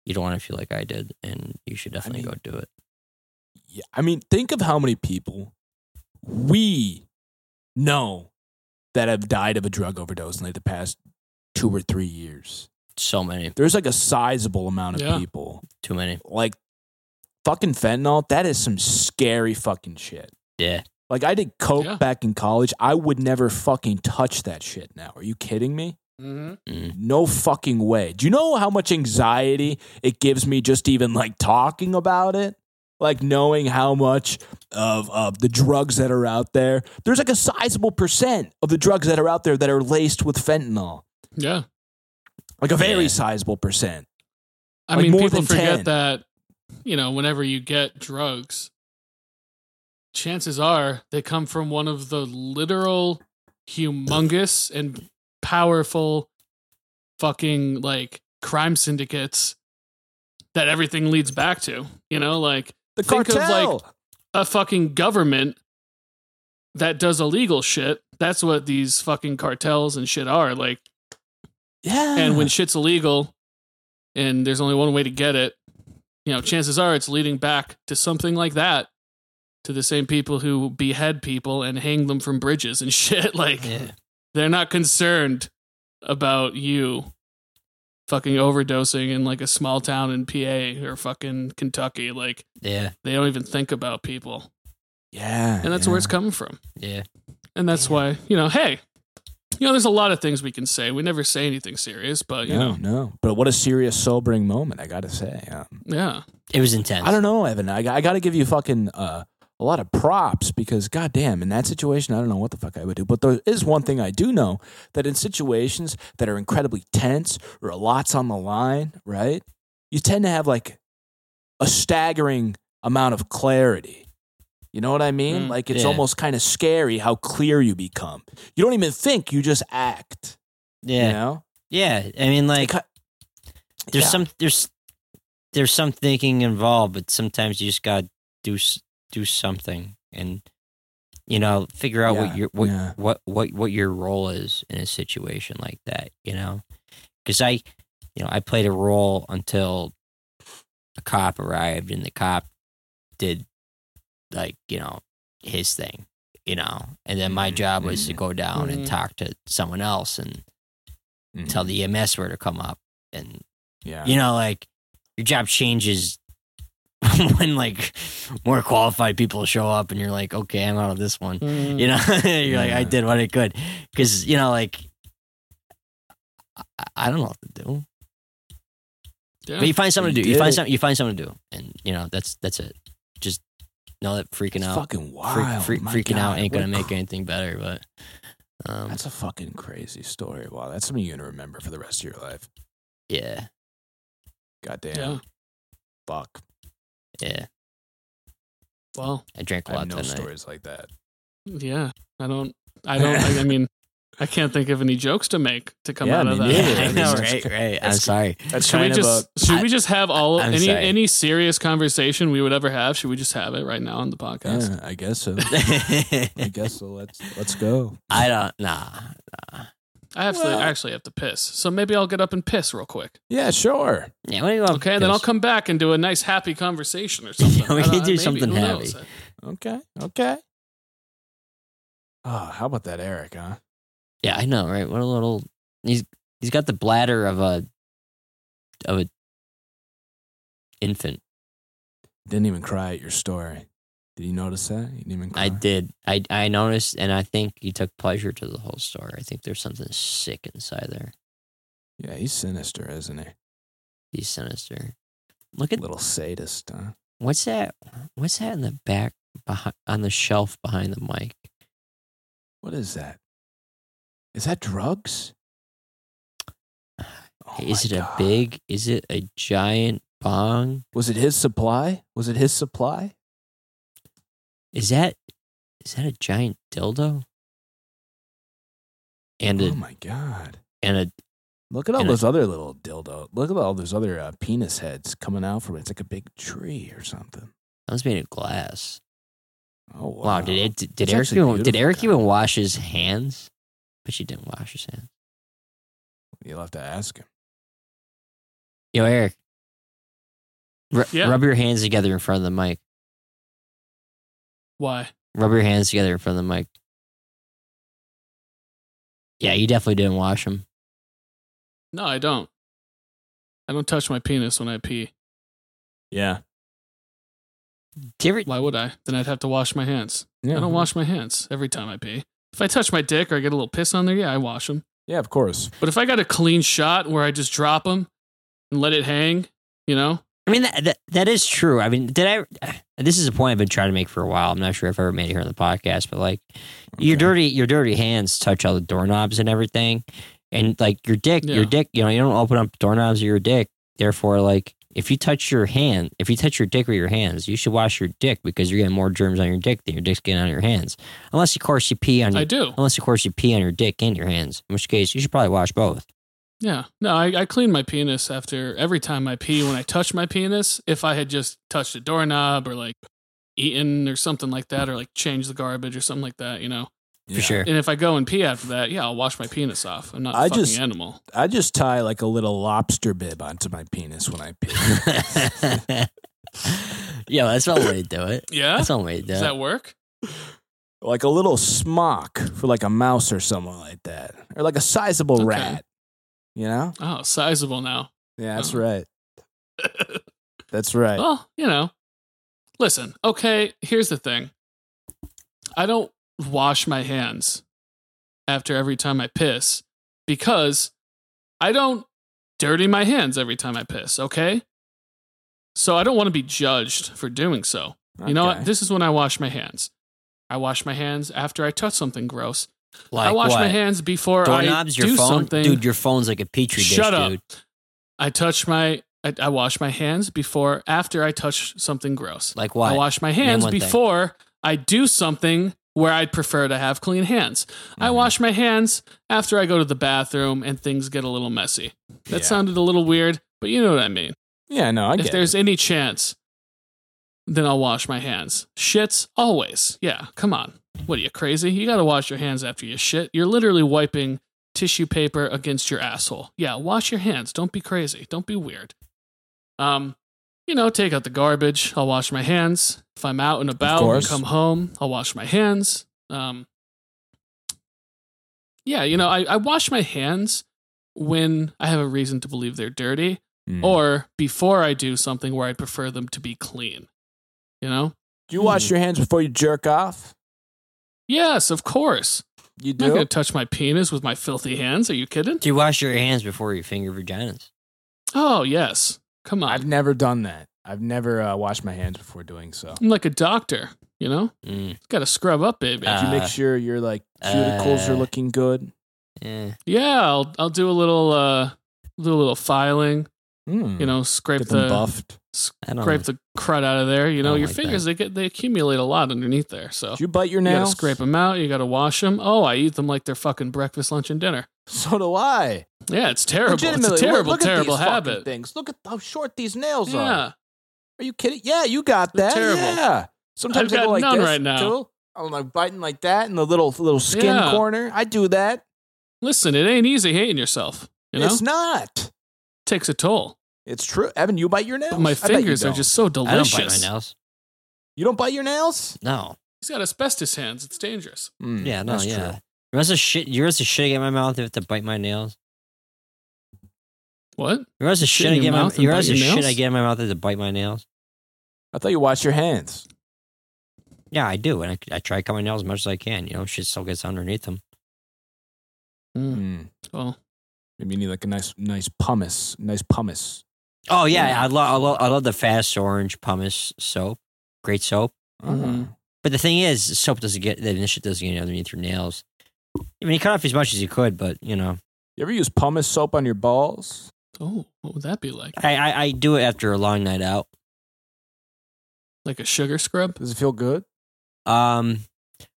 Speaker 1: you don't want to feel like I did and you should definitely
Speaker 5: mean-
Speaker 1: go do it.
Speaker 5: Yeah, I mean, think of how many people we know that have died of a drug overdose in like the past two or three years.
Speaker 1: So many,
Speaker 5: There's like a sizable amount of
Speaker 2: Yeah.
Speaker 5: people.
Speaker 1: too many.
Speaker 5: Like fucking fentanyl, that is some scary fucking shit.
Speaker 1: Yeah.
Speaker 5: Like I did coke
Speaker 2: Yeah.
Speaker 5: back in college. I would never fucking touch that shit now. Are you kidding me?
Speaker 2: hmm
Speaker 5: No fucking way. Do you know how much anxiety it gives me just even like talking about it? Like knowing how much of, of the drugs that are out there. There's like a sizable percent of the drugs that are out there that are laced with fentanyl.
Speaker 2: Yeah.
Speaker 5: Like a very
Speaker 1: Yeah.
Speaker 5: sizable percent.
Speaker 2: I
Speaker 5: Like,
Speaker 2: mean,
Speaker 5: more
Speaker 2: people
Speaker 5: than
Speaker 2: forget
Speaker 5: 10.
Speaker 2: that, you know, whenever you get drugs, chances are they come from one of the literal, humongous, and powerful fucking like crime syndicates that everything leads back to. You know, like
Speaker 5: The
Speaker 2: Think of, like,
Speaker 5: cartel.
Speaker 2: a fucking government that does illegal shit. That's what these fucking cartels and shit are. Like,
Speaker 5: yeah.
Speaker 2: and when shit's illegal and there's only one way to get it, you know, chances are it's leading back to something like that to the same people who behead people and hang them from bridges and shit. Like,
Speaker 1: Yeah.
Speaker 2: they're not concerned about you fucking overdosing in like a small town in PA or fucking Kentucky. Like,
Speaker 1: Yeah.
Speaker 2: they don't even think about people.
Speaker 5: yeah.
Speaker 2: And that's
Speaker 5: yeah.
Speaker 2: where it's coming from.
Speaker 1: Yeah.
Speaker 2: And that's why, you know, hey, you know, there's a lot of things we can say. We never say anything serious, but, you
Speaker 5: No,
Speaker 2: know,
Speaker 5: no. But what a serious, sobering moment, I gotta say. Um,
Speaker 2: yeah.
Speaker 1: It was intense.
Speaker 5: I don't know, Evan. I, I got to give you fucking uh, a lot of props because, goddamn, in that situation, I don't know what the fuck I would do. But there is one thing I do know that in situations that are incredibly tense or a lot's on the line, right? You tend to have like a staggering amount of clarity. You know what I mean?
Speaker 2: Mm,
Speaker 5: like it's
Speaker 1: yeah.
Speaker 5: almost kind of scary how clear you become. You don't even think; you just act.
Speaker 1: Yeah.
Speaker 5: You know,
Speaker 1: Yeah. I mean like
Speaker 5: It ki-
Speaker 1: there's
Speaker 5: Yeah.
Speaker 1: some there's there's some thinking involved, but sometimes you just gotta do s- do something and you know figure out
Speaker 5: Yeah,
Speaker 1: what your what,
Speaker 5: yeah.
Speaker 1: what what what your role is in a situation like that. You know, because I you know I played a role until a cop arrived and the cop did like you know his thing. You know, and then my
Speaker 5: Mhm,
Speaker 1: job was to
Speaker 5: mhm.
Speaker 1: go down and
Speaker 2: Mhm.
Speaker 1: talk to someone else and
Speaker 5: Mhm.
Speaker 1: tell the EMS where to come up and
Speaker 5: yeah,
Speaker 1: you know, like your job changes when like more qualified people show up and you're like, okay, I'm out of this one.
Speaker 5: Mm.
Speaker 1: You know, you're like, I
Speaker 5: Yeah.
Speaker 1: did what I could. Cause, you know, like, I, I don't know what to do.
Speaker 2: Yeah.
Speaker 1: But you find something to do. You
Speaker 5: did
Speaker 1: find
Speaker 5: it.
Speaker 1: something, you find something to do. And, you know, that's, that's it. Just know that freaking
Speaker 5: it's
Speaker 1: out,
Speaker 5: fucking
Speaker 1: freak-
Speaker 5: wild.
Speaker 1: freak-
Speaker 5: My
Speaker 1: freaking out
Speaker 5: God,
Speaker 1: ain't
Speaker 5: what a
Speaker 1: going to make anything better. But, um,
Speaker 5: That's a fucking crazy story. Wow, that's something you're gonna remember for the rest of your life.
Speaker 1: yeah,
Speaker 5: Goddamn.
Speaker 2: Yeah.
Speaker 5: Fuck.
Speaker 1: yeah.
Speaker 2: Well,
Speaker 1: I drank a
Speaker 5: I
Speaker 1: lot
Speaker 5: have no
Speaker 1: that night.
Speaker 5: stories like that.
Speaker 2: yeah. I don't I don't. I, I mean, I can't think of any jokes to make to come
Speaker 5: Yeah,
Speaker 2: out of that.
Speaker 5: me neither.
Speaker 1: I know, right? Right. I'm sorry.
Speaker 5: That's
Speaker 2: Should we
Speaker 5: kind of
Speaker 2: just should we just have all
Speaker 1: I'm
Speaker 2: any
Speaker 1: sorry.
Speaker 2: any serious conversation we would ever have? Should we just have it right now on the
Speaker 5: a.
Speaker 2: podcast?
Speaker 5: Yeah, I guess so. I
Speaker 1: I
Speaker 5: guess so. Let's let's go.
Speaker 1: don't. Nah.
Speaker 2: I have
Speaker 5: Well-
Speaker 2: to I actually have to piss, so maybe I'll get up and piss real quick.
Speaker 5: Yeah, sure.
Speaker 1: Yeah. What do you want?
Speaker 2: Okay, and then I'll come back and do a nice happy conversation or something.
Speaker 1: Oh, we
Speaker 2: I don't-
Speaker 1: can do
Speaker 2: maybe,
Speaker 1: something
Speaker 2: who knows?
Speaker 1: happy.
Speaker 5: Okay, okay. Oh, how about that, Eric? Huh?
Speaker 1: Yeah, I know, right? What a little. He's he's got the bladder of a of a infant.
Speaker 5: Didn't even cry at your story. Did you notice that? You didn't even cry.
Speaker 1: I did. I I noticed, and I think he took pleasure to the whole story. I think there's something sick inside there.
Speaker 5: Yeah, he's sinister, isn't he?
Speaker 1: He's sinister. Look at
Speaker 5: Little sadist, huh?
Speaker 1: what's that? What's that in the back behind, on the shelf behind the mic?
Speaker 5: What is that? Is that drugs? Oh
Speaker 1: is it
Speaker 5: my
Speaker 1: a
Speaker 5: God.
Speaker 1: big? Is it a giant bong?
Speaker 5: Was it his supply? Was it his supply?
Speaker 1: Is that is that a giant dildo? And a
Speaker 5: oh my god!
Speaker 1: and a
Speaker 5: Look at all
Speaker 1: And
Speaker 5: those other little dildo. Look at all those other uh, penis heads coming out from it. It's like a big tree or something.
Speaker 1: that was made of glass.
Speaker 5: Oh wow!
Speaker 1: Wow, did it, did,
Speaker 5: That's
Speaker 1: Eric
Speaker 5: actually
Speaker 1: even did
Speaker 5: beautiful,
Speaker 1: Eric
Speaker 5: guy.
Speaker 1: even wash his hands? But she didn't wash his hands.
Speaker 5: You'll have to ask him.
Speaker 1: Yo, Eric, Ru-
Speaker 2: Yeah.
Speaker 1: rub your hands together in front of the mic.
Speaker 2: Why?
Speaker 1: Rub your hands together in front of the mic. Yeah, you definitely didn't wash them.
Speaker 2: No, I don't. I don't touch my penis when I pee.
Speaker 5: Yeah.
Speaker 1: Do you ever,
Speaker 2: Why would I? Then I'd have to wash my hands.
Speaker 5: Yeah.
Speaker 2: I don't wash my hands every time I pee. If I touch my dick or I get a little piss on there, yeah, I wash them.
Speaker 5: Yeah, of course.
Speaker 2: But if I got a clean shot where I just drop them and let it hang, you know,
Speaker 1: I mean, that, that that is true. I mean, did I? This is a point I've been trying to make for a while. I'm not sure if I ever made it here on the podcast, but like your
Speaker 5: Okay.
Speaker 1: dirty your dirty hands touch all the doorknobs and everything, and like your dick,
Speaker 2: Yeah.
Speaker 1: your dick. You know, you don't open up doorknobs of your dick. Therefore, like if you touch your hand, if you touch your dick with your hands, you should wash your dick because you're getting more germs on your dick than your dick's getting on your hands. Unless, of course, you pee on
Speaker 2: I
Speaker 5: Mm.
Speaker 1: your,
Speaker 2: do.
Speaker 1: unless of course you pee on your dick and your hands. In which case, you should probably wash both.
Speaker 2: Yeah. No, I, I clean my penis after every time I pee when I touch my penis. If I had just touched a doorknob or like eaten or something like that, or like changed the garbage or something like that, you know.
Speaker 1: For
Speaker 5: Yeah.
Speaker 1: sure.
Speaker 2: And if I go and pee after that, yeah, I'll wash my penis off. I'm not a
Speaker 5: I
Speaker 2: fucking
Speaker 5: just-
Speaker 2: animal.
Speaker 5: I just tie like a little lobster bib onto my penis when I pee.
Speaker 1: yeah, that's one way to do it.
Speaker 2: Yeah.
Speaker 1: That's one way to do
Speaker 2: Does
Speaker 1: it.
Speaker 2: that work?
Speaker 5: like a little smock for like a mouse or someone like that, or like a sizable
Speaker 2: Okay.
Speaker 5: rat. You know?
Speaker 2: Oh, sizable now.
Speaker 5: Yeah, that's
Speaker 2: Oh.
Speaker 5: right. That's right.
Speaker 2: Well, you know, listen, okay, here's the thing I don't wash my hands after every time I piss because I don't dirty my hands every time I piss, okay? So I don't want to be judged for doing so. Oh, You know
Speaker 5: Okay.
Speaker 2: what? This is when I wash my hands. I wash my hands after I touch something gross.
Speaker 1: Like
Speaker 2: I wash my
Speaker 1: what?
Speaker 2: hands before
Speaker 1: Doorknobs,
Speaker 2: I do
Speaker 1: your phone,
Speaker 2: something.
Speaker 1: dude. Your phone's like a petri dish,
Speaker 2: Shut up.
Speaker 1: dude.
Speaker 2: I touch my I, I wash my hands before after I touch something gross.
Speaker 1: Like what?
Speaker 2: I wash my hands
Speaker 1: one thing.
Speaker 2: before I do something where I'd prefer to have clean hands. I
Speaker 1: Mm-hmm.
Speaker 2: wash my hands after I go to the bathroom and things get a little messy. That
Speaker 5: Yeah.
Speaker 2: sounded a little weird, but you know what I mean.
Speaker 5: Yeah, no, I
Speaker 2: if
Speaker 5: get it.
Speaker 2: there's any chance, then I'll wash my hands. Shits always. Yeah, come on. What are you crazy? You got to wash your hands after you shit. You're literally wiping tissue paper against your asshole. Yeah, wash your hands. Don't be crazy. Don't be weird. Um, you know, take out the garbage. I'll wash my hands. If I'm out and about and
Speaker 5: course.
Speaker 2: come home, I'll wash my hands. Um, yeah, you know, I, I wash my hands when I have a reason to believe they're dirty
Speaker 5: Mm.
Speaker 2: or before I do something where I'd prefer them to be clean. You know?
Speaker 5: do you wash your hands before you jerk off?
Speaker 2: Yes, of course.
Speaker 5: You
Speaker 2: I'm not
Speaker 5: do.
Speaker 2: going to touch my penis with my filthy hands. Are you kidding?
Speaker 1: Do you wash your hands before you finger vaginas?
Speaker 2: Oh, yes. Come on.
Speaker 5: I've never done that. I've never uh, washed my hands before doing so.
Speaker 2: I'm like a doctor, you know?
Speaker 1: Mm,
Speaker 2: Got to scrub up, baby.
Speaker 1: Uh,
Speaker 5: Do you make sure your like cuticles are
Speaker 1: uh,
Speaker 5: looking good?
Speaker 1: eh.
Speaker 2: yeah, I'll I'll do a little uh do a little filing,
Speaker 5: Mm.
Speaker 2: you know, scrape
Speaker 5: get them Oh
Speaker 2: the
Speaker 5: buffed.
Speaker 1: I don't
Speaker 2: Scrape
Speaker 1: know.
Speaker 2: the crud out of there. You know,
Speaker 1: don't
Speaker 2: your
Speaker 1: like
Speaker 2: fingers they get they accumulate a lot underneath there. So
Speaker 5: Did you bite your
Speaker 2: you gotta
Speaker 5: nails?
Speaker 2: scrape them out. You gotta wash them. Oh, I eat them like they're fucking breakfast, lunch, and dinner.
Speaker 5: So do I.
Speaker 2: Yeah, it's terrible. It's a
Speaker 5: Legitimately,
Speaker 2: terrible,
Speaker 5: look, look
Speaker 2: terrible
Speaker 5: at these fucking
Speaker 2: habit.
Speaker 5: Things. Look at how short these nails are.
Speaker 2: Yeah,
Speaker 5: Are you kidding? Yeah, you got
Speaker 2: They're
Speaker 5: that.
Speaker 2: terrible.
Speaker 5: Yeah. Sometimes
Speaker 2: I've
Speaker 5: I
Speaker 2: got
Speaker 5: go like
Speaker 2: none
Speaker 5: this
Speaker 2: right now.
Speaker 5: too. I'm like biting like that in the little little skin
Speaker 2: Yeah.
Speaker 5: corner. I do that.
Speaker 2: listen, it ain't easy hating yourself. You know,
Speaker 5: It's not.
Speaker 2: takes a toll.
Speaker 5: It's true. Evan, you bite your nails.
Speaker 2: But my
Speaker 5: I bet you
Speaker 2: fingers are
Speaker 5: don't.
Speaker 2: just so
Speaker 1: I don't
Speaker 2: delicious.
Speaker 1: bite my nails.
Speaker 5: You don't bite your nails?
Speaker 1: No.
Speaker 2: He's got asbestos hands. It's dangerous.
Speaker 5: Mm,
Speaker 1: Yeah, no,
Speaker 5: that's
Speaker 1: yeah.
Speaker 5: true.
Speaker 1: You're supposed to shit. You're supposed to shit get my mouth if I have to bite my nails.
Speaker 2: What?
Speaker 1: You're supposed to
Speaker 2: Shit
Speaker 1: shit I
Speaker 2: in your
Speaker 1: get my.
Speaker 2: mouth and
Speaker 1: You're
Speaker 2: bite
Speaker 1: supposed to
Speaker 2: your
Speaker 1: shit
Speaker 2: nails?
Speaker 1: I get in my mouth if I have to bite my nails.
Speaker 5: I thought you washed your hands.
Speaker 1: Yeah, I do, and I, I try to cut my nails as much as I can. You know, shit still gets underneath them.
Speaker 2: Mm,
Speaker 5: Mm.
Speaker 2: Well,
Speaker 5: Maybe you need like a nice nice pumice. Nice pumice.
Speaker 1: Oh yeah, I love I love I love the fast orange pumice soap. Great soap.
Speaker 5: Uh-huh.
Speaker 2: Mhm.
Speaker 1: But the thing is, soap doesn't get the shit doesn't get underneath your nails. I mean, you cut off as much as you could, but you know,
Speaker 5: You ever use pumice soap on your balls?
Speaker 2: oh, what would that be like?
Speaker 1: I, I I do it after a long night out.
Speaker 2: Like a sugar scrub?
Speaker 5: Does it feel good?
Speaker 1: Um,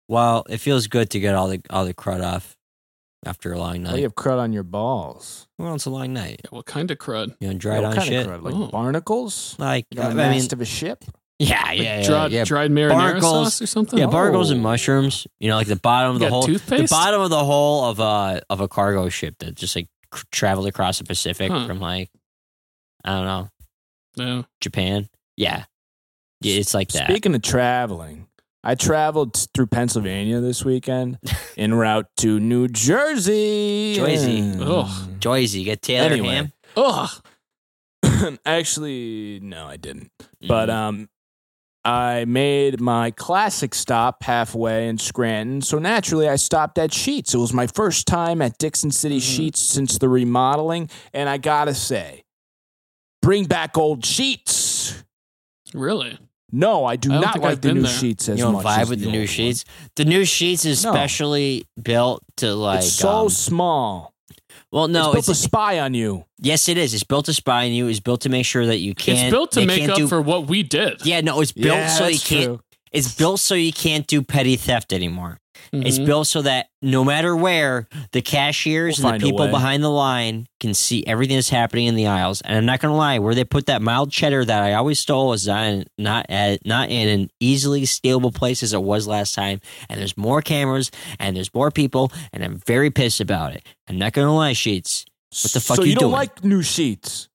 Speaker 1: well, it feels good to get all the all the crud off after a long
Speaker 5: Why
Speaker 1: night.
Speaker 5: do you have crud on your balls?
Speaker 1: Well, it's a long night.
Speaker 2: Yeah, what kind of crud?
Speaker 1: You know, dried
Speaker 5: what
Speaker 1: on
Speaker 5: kind
Speaker 1: shit.
Speaker 5: Of crud? Like
Speaker 2: Oh.
Speaker 5: barnacles?
Speaker 1: Like
Speaker 5: You
Speaker 1: I
Speaker 2: Uh,
Speaker 5: got a
Speaker 1: mean,
Speaker 5: mast of a ship?
Speaker 1: yeah,
Speaker 2: Like
Speaker 1: yeah, yeah,
Speaker 2: dried,
Speaker 1: yeah.
Speaker 2: dried marinara
Speaker 1: Barnacles.
Speaker 2: sauce or something?
Speaker 1: Yeah, barnacles and
Speaker 5: Oh.
Speaker 1: mushrooms. You know, like the bottom of the
Speaker 2: You got
Speaker 1: whole the
Speaker 2: toothpaste?
Speaker 1: bottom of the whole of a of a cargo ship that just like cr- traveled across the Pacific
Speaker 2: Huh.
Speaker 1: from like I don't know
Speaker 2: No.
Speaker 1: Japan. Yeah, yeah, it's like that.
Speaker 5: Speaking of traveling, I traveled through Pennsylvania this weekend en route to New Jersey.
Speaker 1: Jersey.
Speaker 5: Mm.
Speaker 2: Ugh.
Speaker 1: Joyzy, get Taylor
Speaker 5: Anyway.
Speaker 1: Ham.
Speaker 2: Ugh.
Speaker 5: Actually, no, I didn't.
Speaker 1: Mm.
Speaker 5: But um I made my classic stop halfway in Scranton. So naturally I stopped at Sheets. It was my first time at Dixon City
Speaker 2: Mhm.
Speaker 1: Mm-hmm.
Speaker 5: Sheets since the remodeling, and I gotta say, bring back old Sheets.
Speaker 2: Really?
Speaker 5: No, I do
Speaker 2: I don't
Speaker 5: not
Speaker 2: think
Speaker 5: like
Speaker 2: I've
Speaker 5: the
Speaker 2: been
Speaker 5: new
Speaker 2: there.
Speaker 5: sheets
Speaker 1: you
Speaker 5: as
Speaker 1: don't
Speaker 5: much.
Speaker 1: vibe
Speaker 5: as
Speaker 1: with the
Speaker 5: the
Speaker 1: new
Speaker 5: old
Speaker 1: sheets. The new sheets is
Speaker 5: No.
Speaker 1: specially built to
Speaker 5: one.
Speaker 1: like
Speaker 5: it's so
Speaker 1: um,
Speaker 5: small.
Speaker 1: well, no,
Speaker 5: it's built
Speaker 1: it's,
Speaker 5: to spy on you.
Speaker 1: yes, it is. It's built to spy on you. It's built to make sure that you can't.
Speaker 2: it's built to
Speaker 1: they
Speaker 2: make
Speaker 1: can't
Speaker 2: up
Speaker 1: do,
Speaker 2: for what we did.
Speaker 1: Yeah, no, it's built
Speaker 5: yeah,
Speaker 1: so you
Speaker 5: that's
Speaker 1: can't.
Speaker 5: true.
Speaker 1: It's built so you can't do petty theft anymore. It's
Speaker 2: Mhm.
Speaker 1: built so that no matter where the cashiers and
Speaker 5: We'll find
Speaker 1: the
Speaker 5: a
Speaker 1: people
Speaker 5: way.
Speaker 1: behind the line can see everything that's happening in the aisles. And I'm not gonna lie, where they put that mild cheddar that I always stole is not not at, not in an easily stealable place as it was last time. And there's more cameras and there's more people, and I'm very pissed about it. I'm not gonna lie, sheets. What the fuck
Speaker 5: so
Speaker 1: you
Speaker 5: you, don't
Speaker 1: doing?
Speaker 5: like new sheets?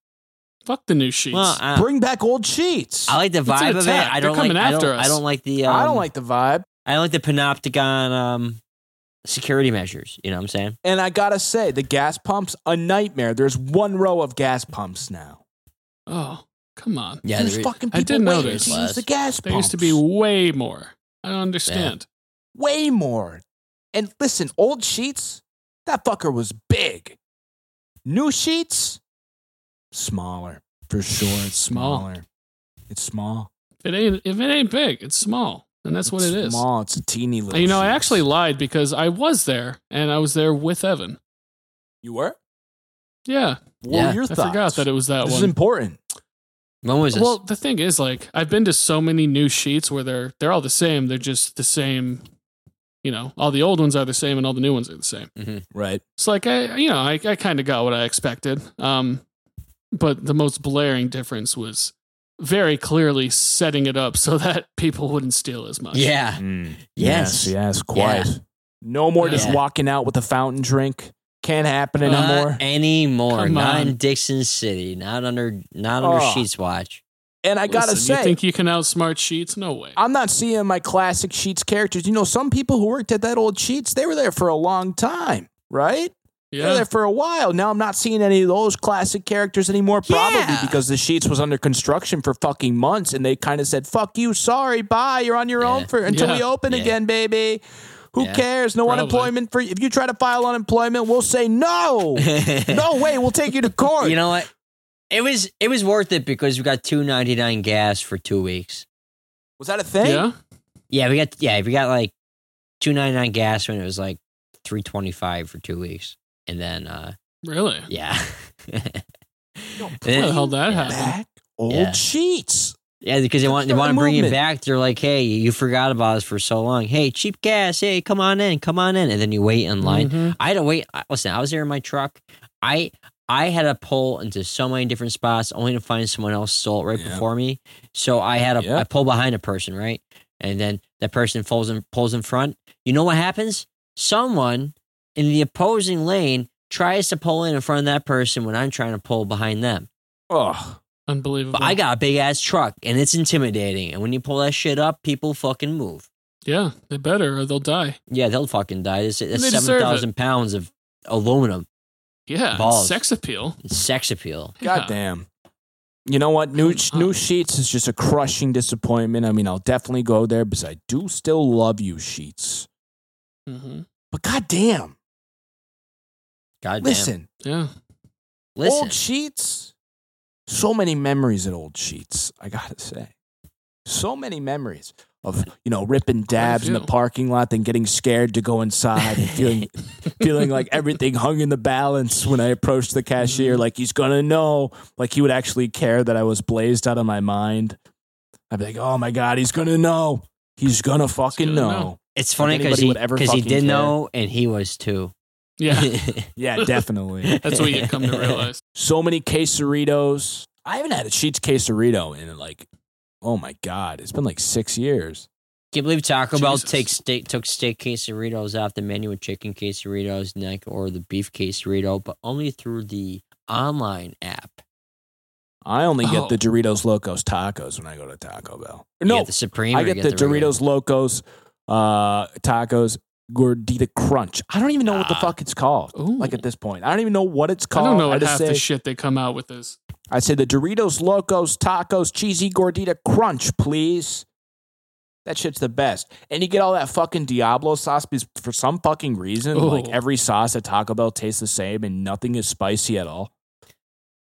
Speaker 2: Fuck the new sheets.
Speaker 1: Well, I,
Speaker 5: Bring back old sheets.
Speaker 1: I like the
Speaker 2: an
Speaker 1: vibe of it.
Speaker 2: attack.
Speaker 1: I
Speaker 2: They're
Speaker 1: don't like.
Speaker 2: coming
Speaker 1: I don't,
Speaker 2: after us.
Speaker 1: I don't like the. Um,
Speaker 5: I don't like the vibe.
Speaker 1: I like the panopticon um, security measures. You know what I'm saying?
Speaker 5: And I gotta say, the gas pumps a nightmare. There's one row of gas pumps now.
Speaker 2: oh, come on.
Speaker 1: Yeah,
Speaker 5: There's
Speaker 1: there-
Speaker 5: fucking
Speaker 2: I
Speaker 5: people
Speaker 2: did
Speaker 5: waiting
Speaker 2: notice.
Speaker 5: to use the gas
Speaker 2: There
Speaker 5: pumps.
Speaker 2: used to be way more. I don't understand.
Speaker 5: way more. And listen, old sheets, that fucker was big. New sheets, smaller for sure. It's
Speaker 2: Small.
Speaker 5: smaller. It's small.
Speaker 2: If It ain't if it ain't big, it's small. And that's what
Speaker 5: it's
Speaker 2: it is.
Speaker 5: Small. It's a teeny little.
Speaker 2: And, you know, I
Speaker 5: sheets.
Speaker 2: actually lied because I was there and I was there with Evan.
Speaker 5: you were.
Speaker 2: Yeah.
Speaker 5: What
Speaker 1: Yeah.
Speaker 5: were your
Speaker 2: I
Speaker 5: thoughts?
Speaker 2: forgot that it was that
Speaker 5: this is
Speaker 2: one.
Speaker 5: important.
Speaker 1: When was this?
Speaker 2: Well, the thing is, like, I've been to so many new sheets where they're they're all the same. They're just the same. You know, all the old ones are the same, and all the new ones are the same.
Speaker 5: Right.
Speaker 2: It's like I, you know, I, I kind of got what I expected. Um, but the most blaring difference was very clearly setting it up so that people wouldn't steal as much.
Speaker 1: yeah. Yes.
Speaker 5: Mm. Yes. Yes. Quite. No more just
Speaker 1: Yeah.
Speaker 5: walking out with a fountain drink. Can't happen
Speaker 2: Uh-huh.
Speaker 1: Not
Speaker 5: anymore.
Speaker 1: anymore.
Speaker 2: Come
Speaker 1: not
Speaker 2: on.
Speaker 1: in Dixon City. Not under. Not under
Speaker 5: Oh.
Speaker 1: Sheets Watch.
Speaker 5: and I gotta
Speaker 2: Listen,
Speaker 5: say,
Speaker 2: you think you can outsmart sheets? No way.
Speaker 5: I'm not seeing my classic Sheets characters. You know, some people who worked at that old Sheets, they were there for a long time, right? They were
Speaker 2: yeah,
Speaker 5: there for a while. Now I'm not seeing any of those classic characters anymore, probably
Speaker 1: Yeah.
Speaker 5: because the Sheets was under construction for fucking months and they kind of said, fuck you, sorry, bye, you're on your
Speaker 1: Yeah.
Speaker 5: own for until
Speaker 2: Yeah.
Speaker 5: we open
Speaker 1: Yeah.
Speaker 5: again, baby. Who
Speaker 1: Yeah.
Speaker 5: cares? No
Speaker 2: Probably.
Speaker 5: unemployment for you. If you try to file unemployment, we'll say no. no way, we'll take you to court.
Speaker 1: You know what? It was it was worth it because we got two ninety nine gas for two weeks.
Speaker 5: was that a thing?
Speaker 2: yeah.
Speaker 1: Yeah, we got yeah we got like two ninety nine gas when it was like three twenty five for two weeks, and then uh
Speaker 2: Really?
Speaker 1: yeah.
Speaker 5: Yo,
Speaker 1: And
Speaker 5: play
Speaker 1: then-
Speaker 2: How the hell that
Speaker 1: yeah.
Speaker 2: happened?
Speaker 5: Back old
Speaker 1: Yeah.
Speaker 5: sheets.
Speaker 1: Yeah, because they want they
Speaker 5: Start
Speaker 1: want
Speaker 5: a
Speaker 1: to bring it
Speaker 5: movement.
Speaker 1: back. They're like, hey, you forgot about us for so long. Hey, cheap gas. Hey, come on in, come on in. And then you wait in line.
Speaker 2: Mm-hmm.
Speaker 1: I had to wait. I- Listen, I was there in my truck. I I had to pull into so many different spots only to find someone else stole it right
Speaker 5: Yeah.
Speaker 1: before me. So I had a
Speaker 5: Yeah.
Speaker 1: I pull behind a person, right, and then that person pulls in pulls in front. You know what happens? Someone in the opposing lane tries to pull in in front of that person when I'm trying to pull behind them.
Speaker 5: Oh,
Speaker 2: Unbelievable.
Speaker 1: But I got a big ass truck and it's intimidating. And when you pull that shit up, people fucking move.
Speaker 2: yeah, they better or they'll die.
Speaker 1: Yeah, they'll fucking die. That's, that's
Speaker 2: They deserve it.
Speaker 1: 7,000 pounds of aluminum
Speaker 2: Yeah,
Speaker 1: Balls.
Speaker 2: sex appeal.
Speaker 1: and sex appeal.
Speaker 2: Yeah.
Speaker 5: goddamn. You know what? New
Speaker 2: Hold on.
Speaker 5: new sheets is just a crushing disappointment. I mean, I'll definitely go there because I do still love you, sheets.
Speaker 2: Mhm.
Speaker 5: But goddamn,
Speaker 1: God
Speaker 5: listen,
Speaker 2: Yeah.
Speaker 1: Listen.
Speaker 5: old sheets. So many memories at old sheets. I gotta say, so many memories of you know ripping dabs in the
Speaker 2: few.
Speaker 5: parking lot, then getting scared to go inside and feeling feeling like everything hung in the balance when I approached the cashier. Like he's gonna know. Like he would actually care that I was blazed out of my mind. I'd be like, oh my god, he's gonna know. He's gonna fucking
Speaker 2: gonna
Speaker 5: know.
Speaker 2: know.
Speaker 1: it's funny
Speaker 5: Like
Speaker 1: because
Speaker 5: anybody
Speaker 1: he,
Speaker 5: would ever
Speaker 1: 'cause he
Speaker 5: fucking
Speaker 1: did
Speaker 5: care.
Speaker 1: know and he was too.
Speaker 2: Yeah.
Speaker 5: Yeah, definitely.
Speaker 2: That's what you come to realize.
Speaker 5: so many quesaritos. I haven't had a Sheets quesarito in like, oh my god, it's been like six years.
Speaker 1: Can't believe Taco Bell
Speaker 2: Jesus.
Speaker 1: takes steak, took steak quesadillas off the menu with chicken quesadillas, neck or the beef quesadillo, but only through the online app.
Speaker 5: I only
Speaker 2: Oh.
Speaker 5: get the Doritos Locos Tacos when I go to Taco Bell.
Speaker 1: You
Speaker 5: No,
Speaker 1: get the Supreme.
Speaker 5: I
Speaker 1: or you
Speaker 5: get, the,
Speaker 1: regular?
Speaker 5: Doritos Locos uh, Tacos Gordita Crunch. I don't even know what the
Speaker 2: Ah.
Speaker 5: fuck it's called.
Speaker 2: Ooh.
Speaker 5: Like at this point, I don't even know what it's
Speaker 2: I
Speaker 5: called.
Speaker 2: don't know what
Speaker 5: just
Speaker 2: half
Speaker 5: say,
Speaker 2: the shit they come out with is.
Speaker 5: I say the Doritos Locos Tacos Cheesy Gordita Crunch, please. That shit's the best. And you get all that fucking Diablo sauce because for some fucking reason,
Speaker 2: Oh.
Speaker 5: like every sauce at Taco Bell tastes the same and nothing is spicy at all.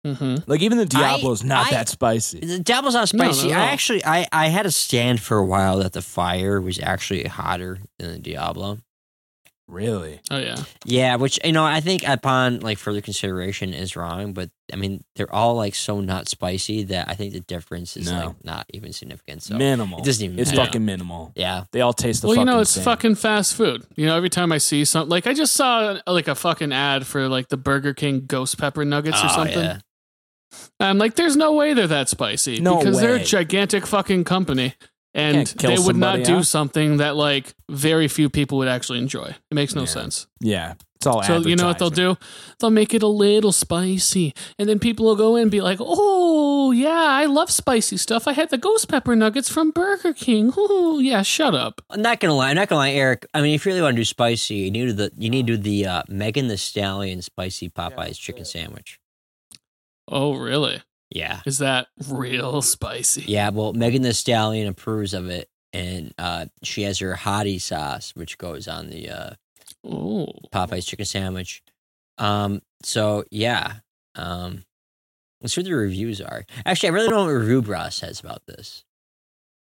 Speaker 2: Mhm.
Speaker 5: Like even the Diablo's not
Speaker 1: I-
Speaker 5: that spicy.
Speaker 1: The devil's not
Speaker 2: No, no,
Speaker 1: spicy.
Speaker 2: no.
Speaker 1: I actually, I, I had a stand for a while that the fire was actually hotter than the Diablo.
Speaker 5: Really?
Speaker 2: Oh yeah.
Speaker 1: Yeah, which you know, I think upon like further consideration is wrong, but I mean, they're all like so not spicy that I think the difference is
Speaker 5: No.
Speaker 1: like not even significant. So
Speaker 5: minimal.
Speaker 1: it doesn't even
Speaker 5: It's
Speaker 1: matter.
Speaker 5: fucking minimal.
Speaker 1: yeah,
Speaker 5: They all taste the
Speaker 2: well, you
Speaker 5: fucking
Speaker 2: know, it's
Speaker 5: same.
Speaker 2: fucking fast food. You know, every time I see something, like I just saw like a fucking ad for like the Burger King ghost pepper nuggets or
Speaker 1: Oh,
Speaker 2: something.
Speaker 1: yeah.
Speaker 2: I'm Um, like, there's no way they're that spicy
Speaker 5: No
Speaker 2: because they're a
Speaker 5: way.
Speaker 2: gigantic fucking company, and
Speaker 5: Can't kill
Speaker 2: they would not
Speaker 5: somebody,
Speaker 2: do
Speaker 5: huh?
Speaker 2: something that like very few people would actually enjoy. It makes no
Speaker 5: Yeah.
Speaker 2: sense.
Speaker 5: Yeah. It's all
Speaker 2: So you know what they'll do? They'll make it a little spicy, and then people will go in and be like, "Oh yeah, I love spicy stuff. I had the ghost pepper nuggets from Burger King. Oh yeah, shut up.
Speaker 1: I'm not gonna lie. I'm not gonna lie, Eric. I mean, if you really want to do spicy, you need to the you need to do the uh, Megan the Stallion spicy Popeyes chicken sandwich.
Speaker 2: Oh really?
Speaker 1: Yeah,
Speaker 2: Is that real spicy?
Speaker 1: yeah. Well, Megan the Stallion approves of it, and uh, she has her hottie sauce, which goes on the. Uh,
Speaker 2: Oh,
Speaker 1: Popeye's chicken sandwich. Um, so yeah. Um let's see what the reviews are. Actually, I really don't know what Review Bra says about this.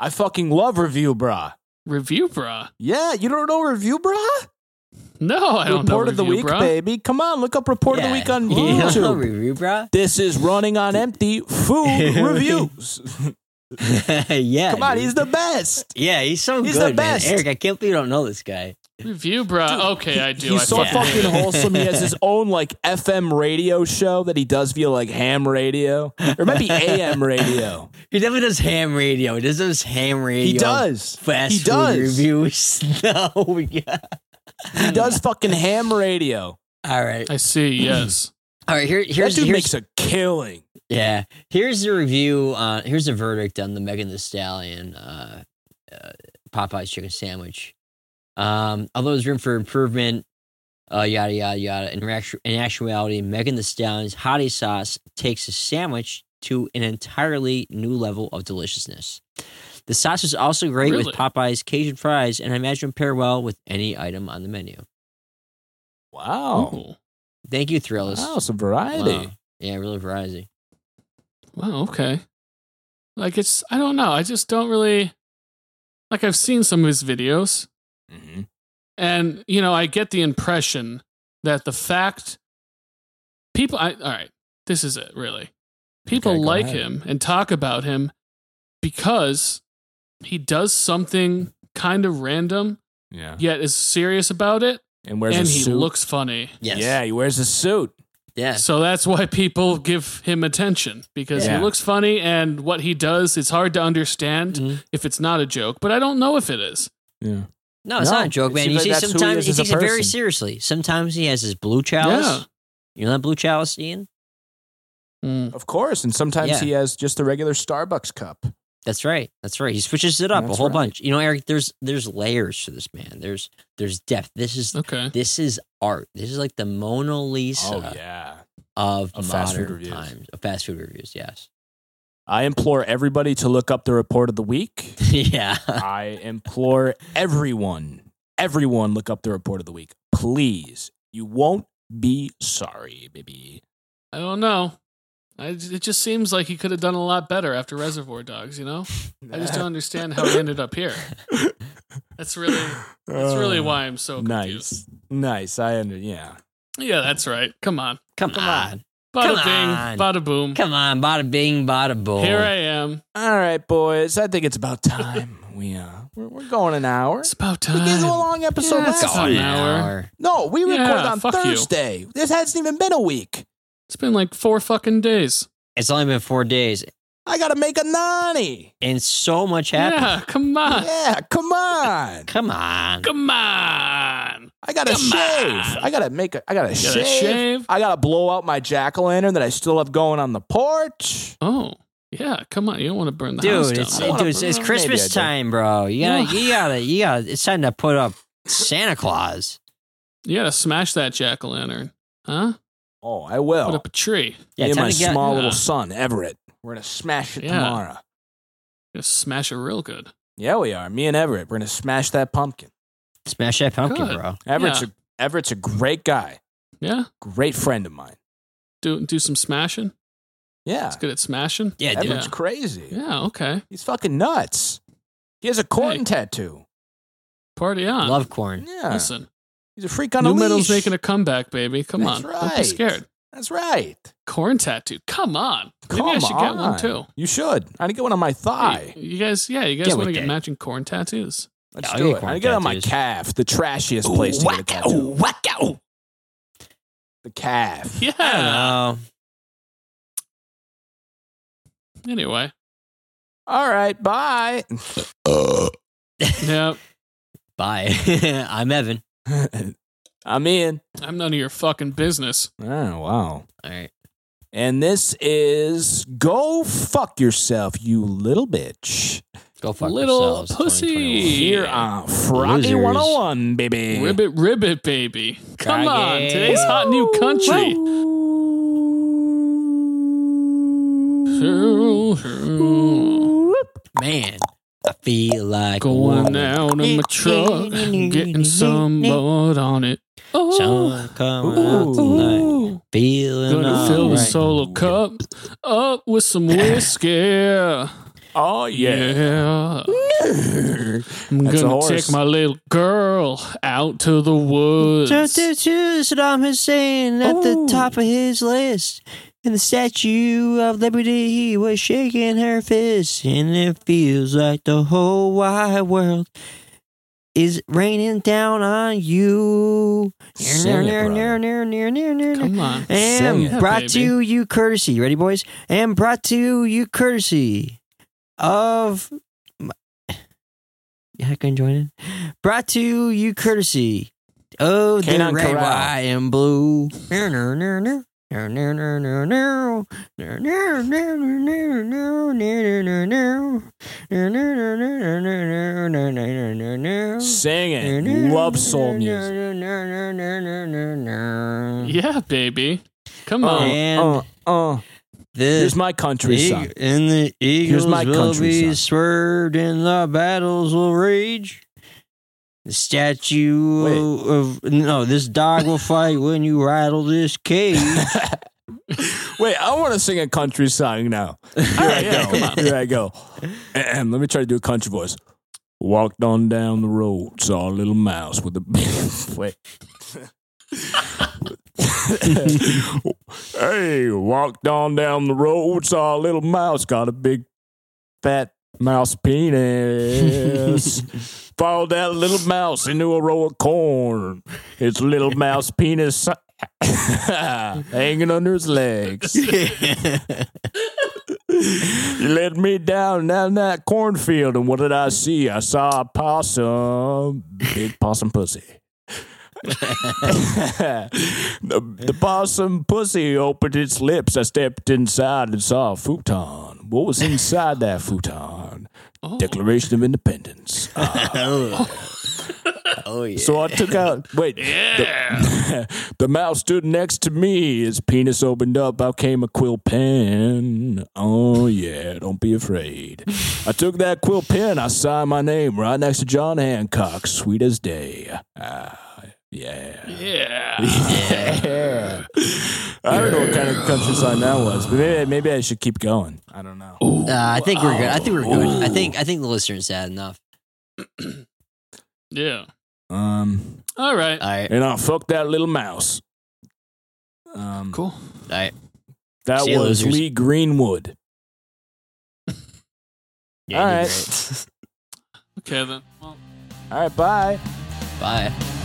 Speaker 5: I fucking love Review Bra.
Speaker 2: review, brah.
Speaker 5: Yeah, you don't know Review Bra?
Speaker 2: No, I don't
Speaker 5: Report
Speaker 2: know.
Speaker 5: of the
Speaker 2: review,
Speaker 5: Week,
Speaker 2: brah.
Speaker 5: baby. Come on, look up Report of
Speaker 1: Yeah.
Speaker 5: the Week on
Speaker 1: You don't
Speaker 5: YouTube.
Speaker 1: know Review Bra?
Speaker 5: This is running on empty food reviews.
Speaker 1: yeah.
Speaker 5: Come on,
Speaker 1: dude.
Speaker 5: he's the best.
Speaker 1: Yeah, he's so
Speaker 5: he's the
Speaker 1: good. man.
Speaker 5: best.
Speaker 1: Eric, I can't believe you don't know this guy.
Speaker 2: Review, brah. Okay, I do. I
Speaker 5: He's so
Speaker 1: fucking
Speaker 5: fucking
Speaker 2: hate it.
Speaker 5: wholesome. He has his own like FM radio show that he does via like ham radio or maybe AM radio.
Speaker 1: He never does ham radio. He does those ham radio.
Speaker 5: He does.
Speaker 1: Fast
Speaker 5: he
Speaker 1: food
Speaker 5: does.
Speaker 1: reviews. No, yeah.
Speaker 5: He does fucking ham radio.
Speaker 1: All right,
Speaker 2: I see. Yes.
Speaker 1: all right. Here, here's
Speaker 5: that dude
Speaker 1: here's
Speaker 5: makes a killing.
Speaker 1: Yeah. Here's the review. Uh, here's the verdict on the Megan the Stallion uh, uh, Popeye's chicken sandwich. Um, although there's room for improvement, uh, yada, yada, yada. In, actu- in actuality, Megan the Stallion's hottie sauce takes the sandwich to an entirely new level of deliciousness. The sauce is also great
Speaker 2: Really?
Speaker 1: with Popeye's Cajun fries, and I imagine pair well with any item on the menu.
Speaker 5: Wow. Oh.
Speaker 2: Ooh.
Speaker 1: Thank you, Thrillist.
Speaker 5: Wow, some variety.
Speaker 1: Wow. Yeah, really variety.
Speaker 2: Wow. Okay. Like it's. I don't know. I just don't really. Like I've seen some of his videos,
Speaker 1: Mm-hmm.
Speaker 5: Mhm.
Speaker 2: and you know, I get the impression that the fact people. I all right. This is it. Really. People
Speaker 5: Okay, go
Speaker 2: like
Speaker 5: ahead.
Speaker 2: him and talk about him because he does something kind of random,
Speaker 5: Yeah.
Speaker 2: yet is serious about it,
Speaker 5: And wears
Speaker 2: and
Speaker 5: a
Speaker 2: he
Speaker 5: suit.
Speaker 2: looks funny.
Speaker 1: Yes.
Speaker 5: Yeah, he wears a suit.
Speaker 1: Yeah.
Speaker 2: So that's why people give him attention because
Speaker 5: Yeah.
Speaker 2: he looks funny and what he does is hard to understand
Speaker 1: Mhm.
Speaker 2: if it's not a joke, but I don't know if it is.
Speaker 5: Yeah.
Speaker 1: No, it's
Speaker 5: No,
Speaker 1: not a joke,
Speaker 5: it
Speaker 1: man.
Speaker 5: seems
Speaker 1: You
Speaker 5: like
Speaker 1: see,
Speaker 5: that's who he
Speaker 1: sometimes
Speaker 5: is
Speaker 1: he
Speaker 5: as a
Speaker 1: takes it very
Speaker 5: person.
Speaker 1: seriously. Sometimes he has his blue chalice.
Speaker 2: Yeah.
Speaker 1: You know that blue chalice, Ian?
Speaker 2: Mm.
Speaker 5: Of course. And sometimes
Speaker 1: Yeah.
Speaker 5: he has just a regular Starbucks cup.
Speaker 1: That's right. That's right. He switches it up a
Speaker 5: That's
Speaker 1: whole
Speaker 5: right.
Speaker 1: bunch. You know, Eric, there's there's layers to this man. There's there's depth. This is
Speaker 2: Okay.
Speaker 1: this is art. This is like the Mona Lisa
Speaker 5: Oh, yeah.
Speaker 1: of,
Speaker 5: Of
Speaker 1: modern
Speaker 5: fast food reviews.
Speaker 1: times. Of fast food reviews, yes.
Speaker 5: I implore everybody to look up the report of the week.
Speaker 1: yeah.
Speaker 5: I implore everyone, everyone look up the report of the week. Please. You won't be sorry, baby.
Speaker 2: I don't know. I, it just seems like he could have done a lot better after Reservoir Dogs, you know? I just don't understand how he ended up here. That's really that's
Speaker 1: Oh,
Speaker 2: really why I'm so confused.
Speaker 5: Nice. Nice. I under yeah.
Speaker 2: Yeah, that's right. Come on.
Speaker 1: Come,
Speaker 2: Come
Speaker 1: on.
Speaker 2: on. Bada
Speaker 1: Come on.
Speaker 2: bing, bada boom.
Speaker 1: Come on, bada bing, bada boom.
Speaker 2: Here I am.
Speaker 5: All right, boys. I think it's about time. we uh we're, we're going an hour.
Speaker 2: It's about
Speaker 5: We
Speaker 2: time.
Speaker 5: gave you a long episode
Speaker 2: Yeah,
Speaker 5: last
Speaker 2: it's
Speaker 5: time.
Speaker 2: an
Speaker 1: An
Speaker 2: hour.
Speaker 1: hour.
Speaker 5: No, we
Speaker 2: Yeah,
Speaker 5: recorded on
Speaker 2: fuck you.
Speaker 5: Thursday. This hasn't even been a week.
Speaker 2: It's been like four fucking days.
Speaker 1: It's only been four days,
Speaker 5: I gotta make a nanny.
Speaker 1: and so much happened.
Speaker 2: Yeah, come on.
Speaker 5: Yeah, come on.
Speaker 1: Come on.
Speaker 2: Come on.
Speaker 5: I gotta
Speaker 2: Come
Speaker 5: shave.
Speaker 2: on.
Speaker 5: I gotta make a I gotta,
Speaker 2: gotta
Speaker 5: shave.
Speaker 2: shave.
Speaker 5: I gotta blow out my jack-o'-lantern that I still have going on the porch.
Speaker 2: Oh, yeah, come on. You don't want to burn the house
Speaker 1: dude,
Speaker 2: down.
Speaker 1: it's,
Speaker 5: I wanna-
Speaker 1: dude, it's, it's
Speaker 5: maybe I
Speaker 1: Christmas
Speaker 5: do.
Speaker 1: time, bro. You gotta, you gotta, you gotta. It's time to put up Santa Claus.
Speaker 2: you got to smash that jack o' lantern. Huh?
Speaker 5: Oh, I
Speaker 2: Put
Speaker 5: will.
Speaker 2: up a tree.
Speaker 1: Yeah,
Speaker 5: Me and
Speaker 1: time
Speaker 5: my
Speaker 1: to get-
Speaker 5: small
Speaker 2: Yeah.
Speaker 5: little son, Everett. We're gonna smash it
Speaker 2: Yeah.
Speaker 5: tomorrow.
Speaker 2: Just smash it real good.
Speaker 5: Yeah, we are. Me and Everett. We're gonna smash that pumpkin.
Speaker 1: smash that pumpkin,
Speaker 2: Good.
Speaker 1: bro.
Speaker 5: Everett's
Speaker 2: Yeah.
Speaker 5: a, Everett's a great guy.
Speaker 2: Yeah?
Speaker 5: Great friend of mine.
Speaker 2: Do do some smashing.
Speaker 5: Yeah.
Speaker 2: It's good at smashing.
Speaker 1: Yeah, dude.
Speaker 5: Everett's crazy.
Speaker 2: Yeah, okay.
Speaker 5: He's fucking nuts. He has a corn
Speaker 2: Hey.
Speaker 5: tattoo.
Speaker 2: Party on.
Speaker 1: Love corn.
Speaker 5: Yeah.
Speaker 2: Listen,
Speaker 5: He's a freak on
Speaker 2: new
Speaker 5: a
Speaker 2: metal's
Speaker 5: leash.
Speaker 2: making a comeback, baby. Come
Speaker 5: That's
Speaker 2: on. Don't be
Speaker 5: right.
Speaker 2: scared.
Speaker 5: That's right.
Speaker 2: Corn tattoo. Come on. Maybe I
Speaker 5: Come
Speaker 2: should get one
Speaker 5: on.
Speaker 2: too.
Speaker 5: You should. I need to get one on my thigh.
Speaker 2: You, you guys, yeah, you guys
Speaker 1: Get
Speaker 2: want to
Speaker 1: with
Speaker 2: get
Speaker 1: it.
Speaker 2: matching corn tattoos?
Speaker 5: Let's
Speaker 1: Yeah, I'll
Speaker 5: do
Speaker 1: get
Speaker 5: it.
Speaker 1: corn
Speaker 5: I need to get it on my
Speaker 1: tattoos.
Speaker 5: calf, the trashiest place to get a tattoo. The calf.
Speaker 1: I don't
Speaker 2: Yeah.
Speaker 1: know.
Speaker 2: Anyway.
Speaker 5: All right. Bye.
Speaker 2: Uh. Yep.
Speaker 1: Bye. I'm Evan.
Speaker 5: I'm in.
Speaker 2: I'm none of your fucking business.
Speaker 5: Oh wow.
Speaker 1: All right.
Speaker 5: And this is go fuck yourself, you little bitch.
Speaker 1: Go fuck
Speaker 2: Little
Speaker 1: yourselves,
Speaker 2: pussy.
Speaker 1: 2021.
Speaker 5: Here
Speaker 2: Yeah.
Speaker 5: on Froggy
Speaker 1: Losers.
Speaker 5: 101, baby.
Speaker 2: Ribbit, ribbit, baby. Come on.
Speaker 1: Kage.
Speaker 2: Today's hot new country.
Speaker 1: Man, I feel like
Speaker 2: Going down in my truck, getting some mud on it. Oh,
Speaker 1: Sun coming out tonight.
Speaker 2: ooh.
Speaker 1: Feeling
Speaker 2: gonna fill the
Speaker 1: alright.
Speaker 2: solo cup up with some whiskey. Yeah,
Speaker 5: Oh
Speaker 2: I'm
Speaker 5: yeah. That's a
Speaker 2: gonna
Speaker 5: horse.
Speaker 2: take my little girl out to the woods.
Speaker 1: Turn to to Saddam Hussein at the top of his list. And the Statue of Liberty, he was shaking her fist. And it feels like the whole wide world is raining down on you.
Speaker 5: Sing it, brother.
Speaker 2: Come on.
Speaker 1: And
Speaker 5: Sing it,
Speaker 1: brought
Speaker 2: baby.
Speaker 1: to you courtesy. You ready, boys? And brought to you courtesy of. my- Yeah, I can join it. Brought to you courtesy of the
Speaker 5: Kanan
Speaker 1: red,
Speaker 5: Corral.
Speaker 1: white, and blue. Singing
Speaker 5: Singing. Love soul music.
Speaker 1: music.
Speaker 2: Yeah, baby. Come
Speaker 5: Oh,
Speaker 2: on.
Speaker 1: And-
Speaker 5: uh, uh.
Speaker 1: This
Speaker 5: Here's my country song.
Speaker 1: and the eagles
Speaker 5: my
Speaker 1: will
Speaker 5: country
Speaker 1: be
Speaker 5: song.
Speaker 1: swerved, and the battles will rage. The statue
Speaker 5: Wait.
Speaker 1: of no, this dog will fight when you rattle this cage.
Speaker 5: Wait, I want to sing a country song now. Here I go. Here I go. Ahem, Let me try to do a country voice. Walked on down the road, saw a little mouse with a. Wait. hey, walked on down the road, saw a little mouse, got a big fat mouse penis. Followed that little mouse into a row of corn. His little mouse penis hanging under his legs. You led me down down that cornfield, and what did I see? I saw a possum, big possum pussy. the, the possum pussy opened its lips. I stepped inside and saw a futon. What was inside that futon? Declaration of Independence. Ah.
Speaker 1: oh yeah.
Speaker 5: So I took out. Wait, the, the mouse stood next to me. His penis opened up. Out came a quill pen. Oh yeah, don't be afraid. I took that quill pen. I signed my name right next to John Hancock. Sweet as day. Ah, yeah.
Speaker 2: Yeah.
Speaker 5: Yeah. I don't know what kind of country song that was, but maybe, maybe I should keep going. I don't know.
Speaker 1: Uh, I think we're good. I think we're good. I think I think the listeners had enough.
Speaker 2: Yeah.
Speaker 5: Um,
Speaker 2: All right.
Speaker 1: All right.
Speaker 5: and I fucked that little mouse. Um,
Speaker 2: cool.
Speaker 1: All right.
Speaker 5: That
Speaker 1: See you,
Speaker 5: was
Speaker 1: losers.
Speaker 5: Lee Greenwood.
Speaker 1: Yeah, you
Speaker 5: All
Speaker 1: did
Speaker 5: right.
Speaker 2: Okay then. Well,
Speaker 5: All right, bye.
Speaker 1: great. Bye.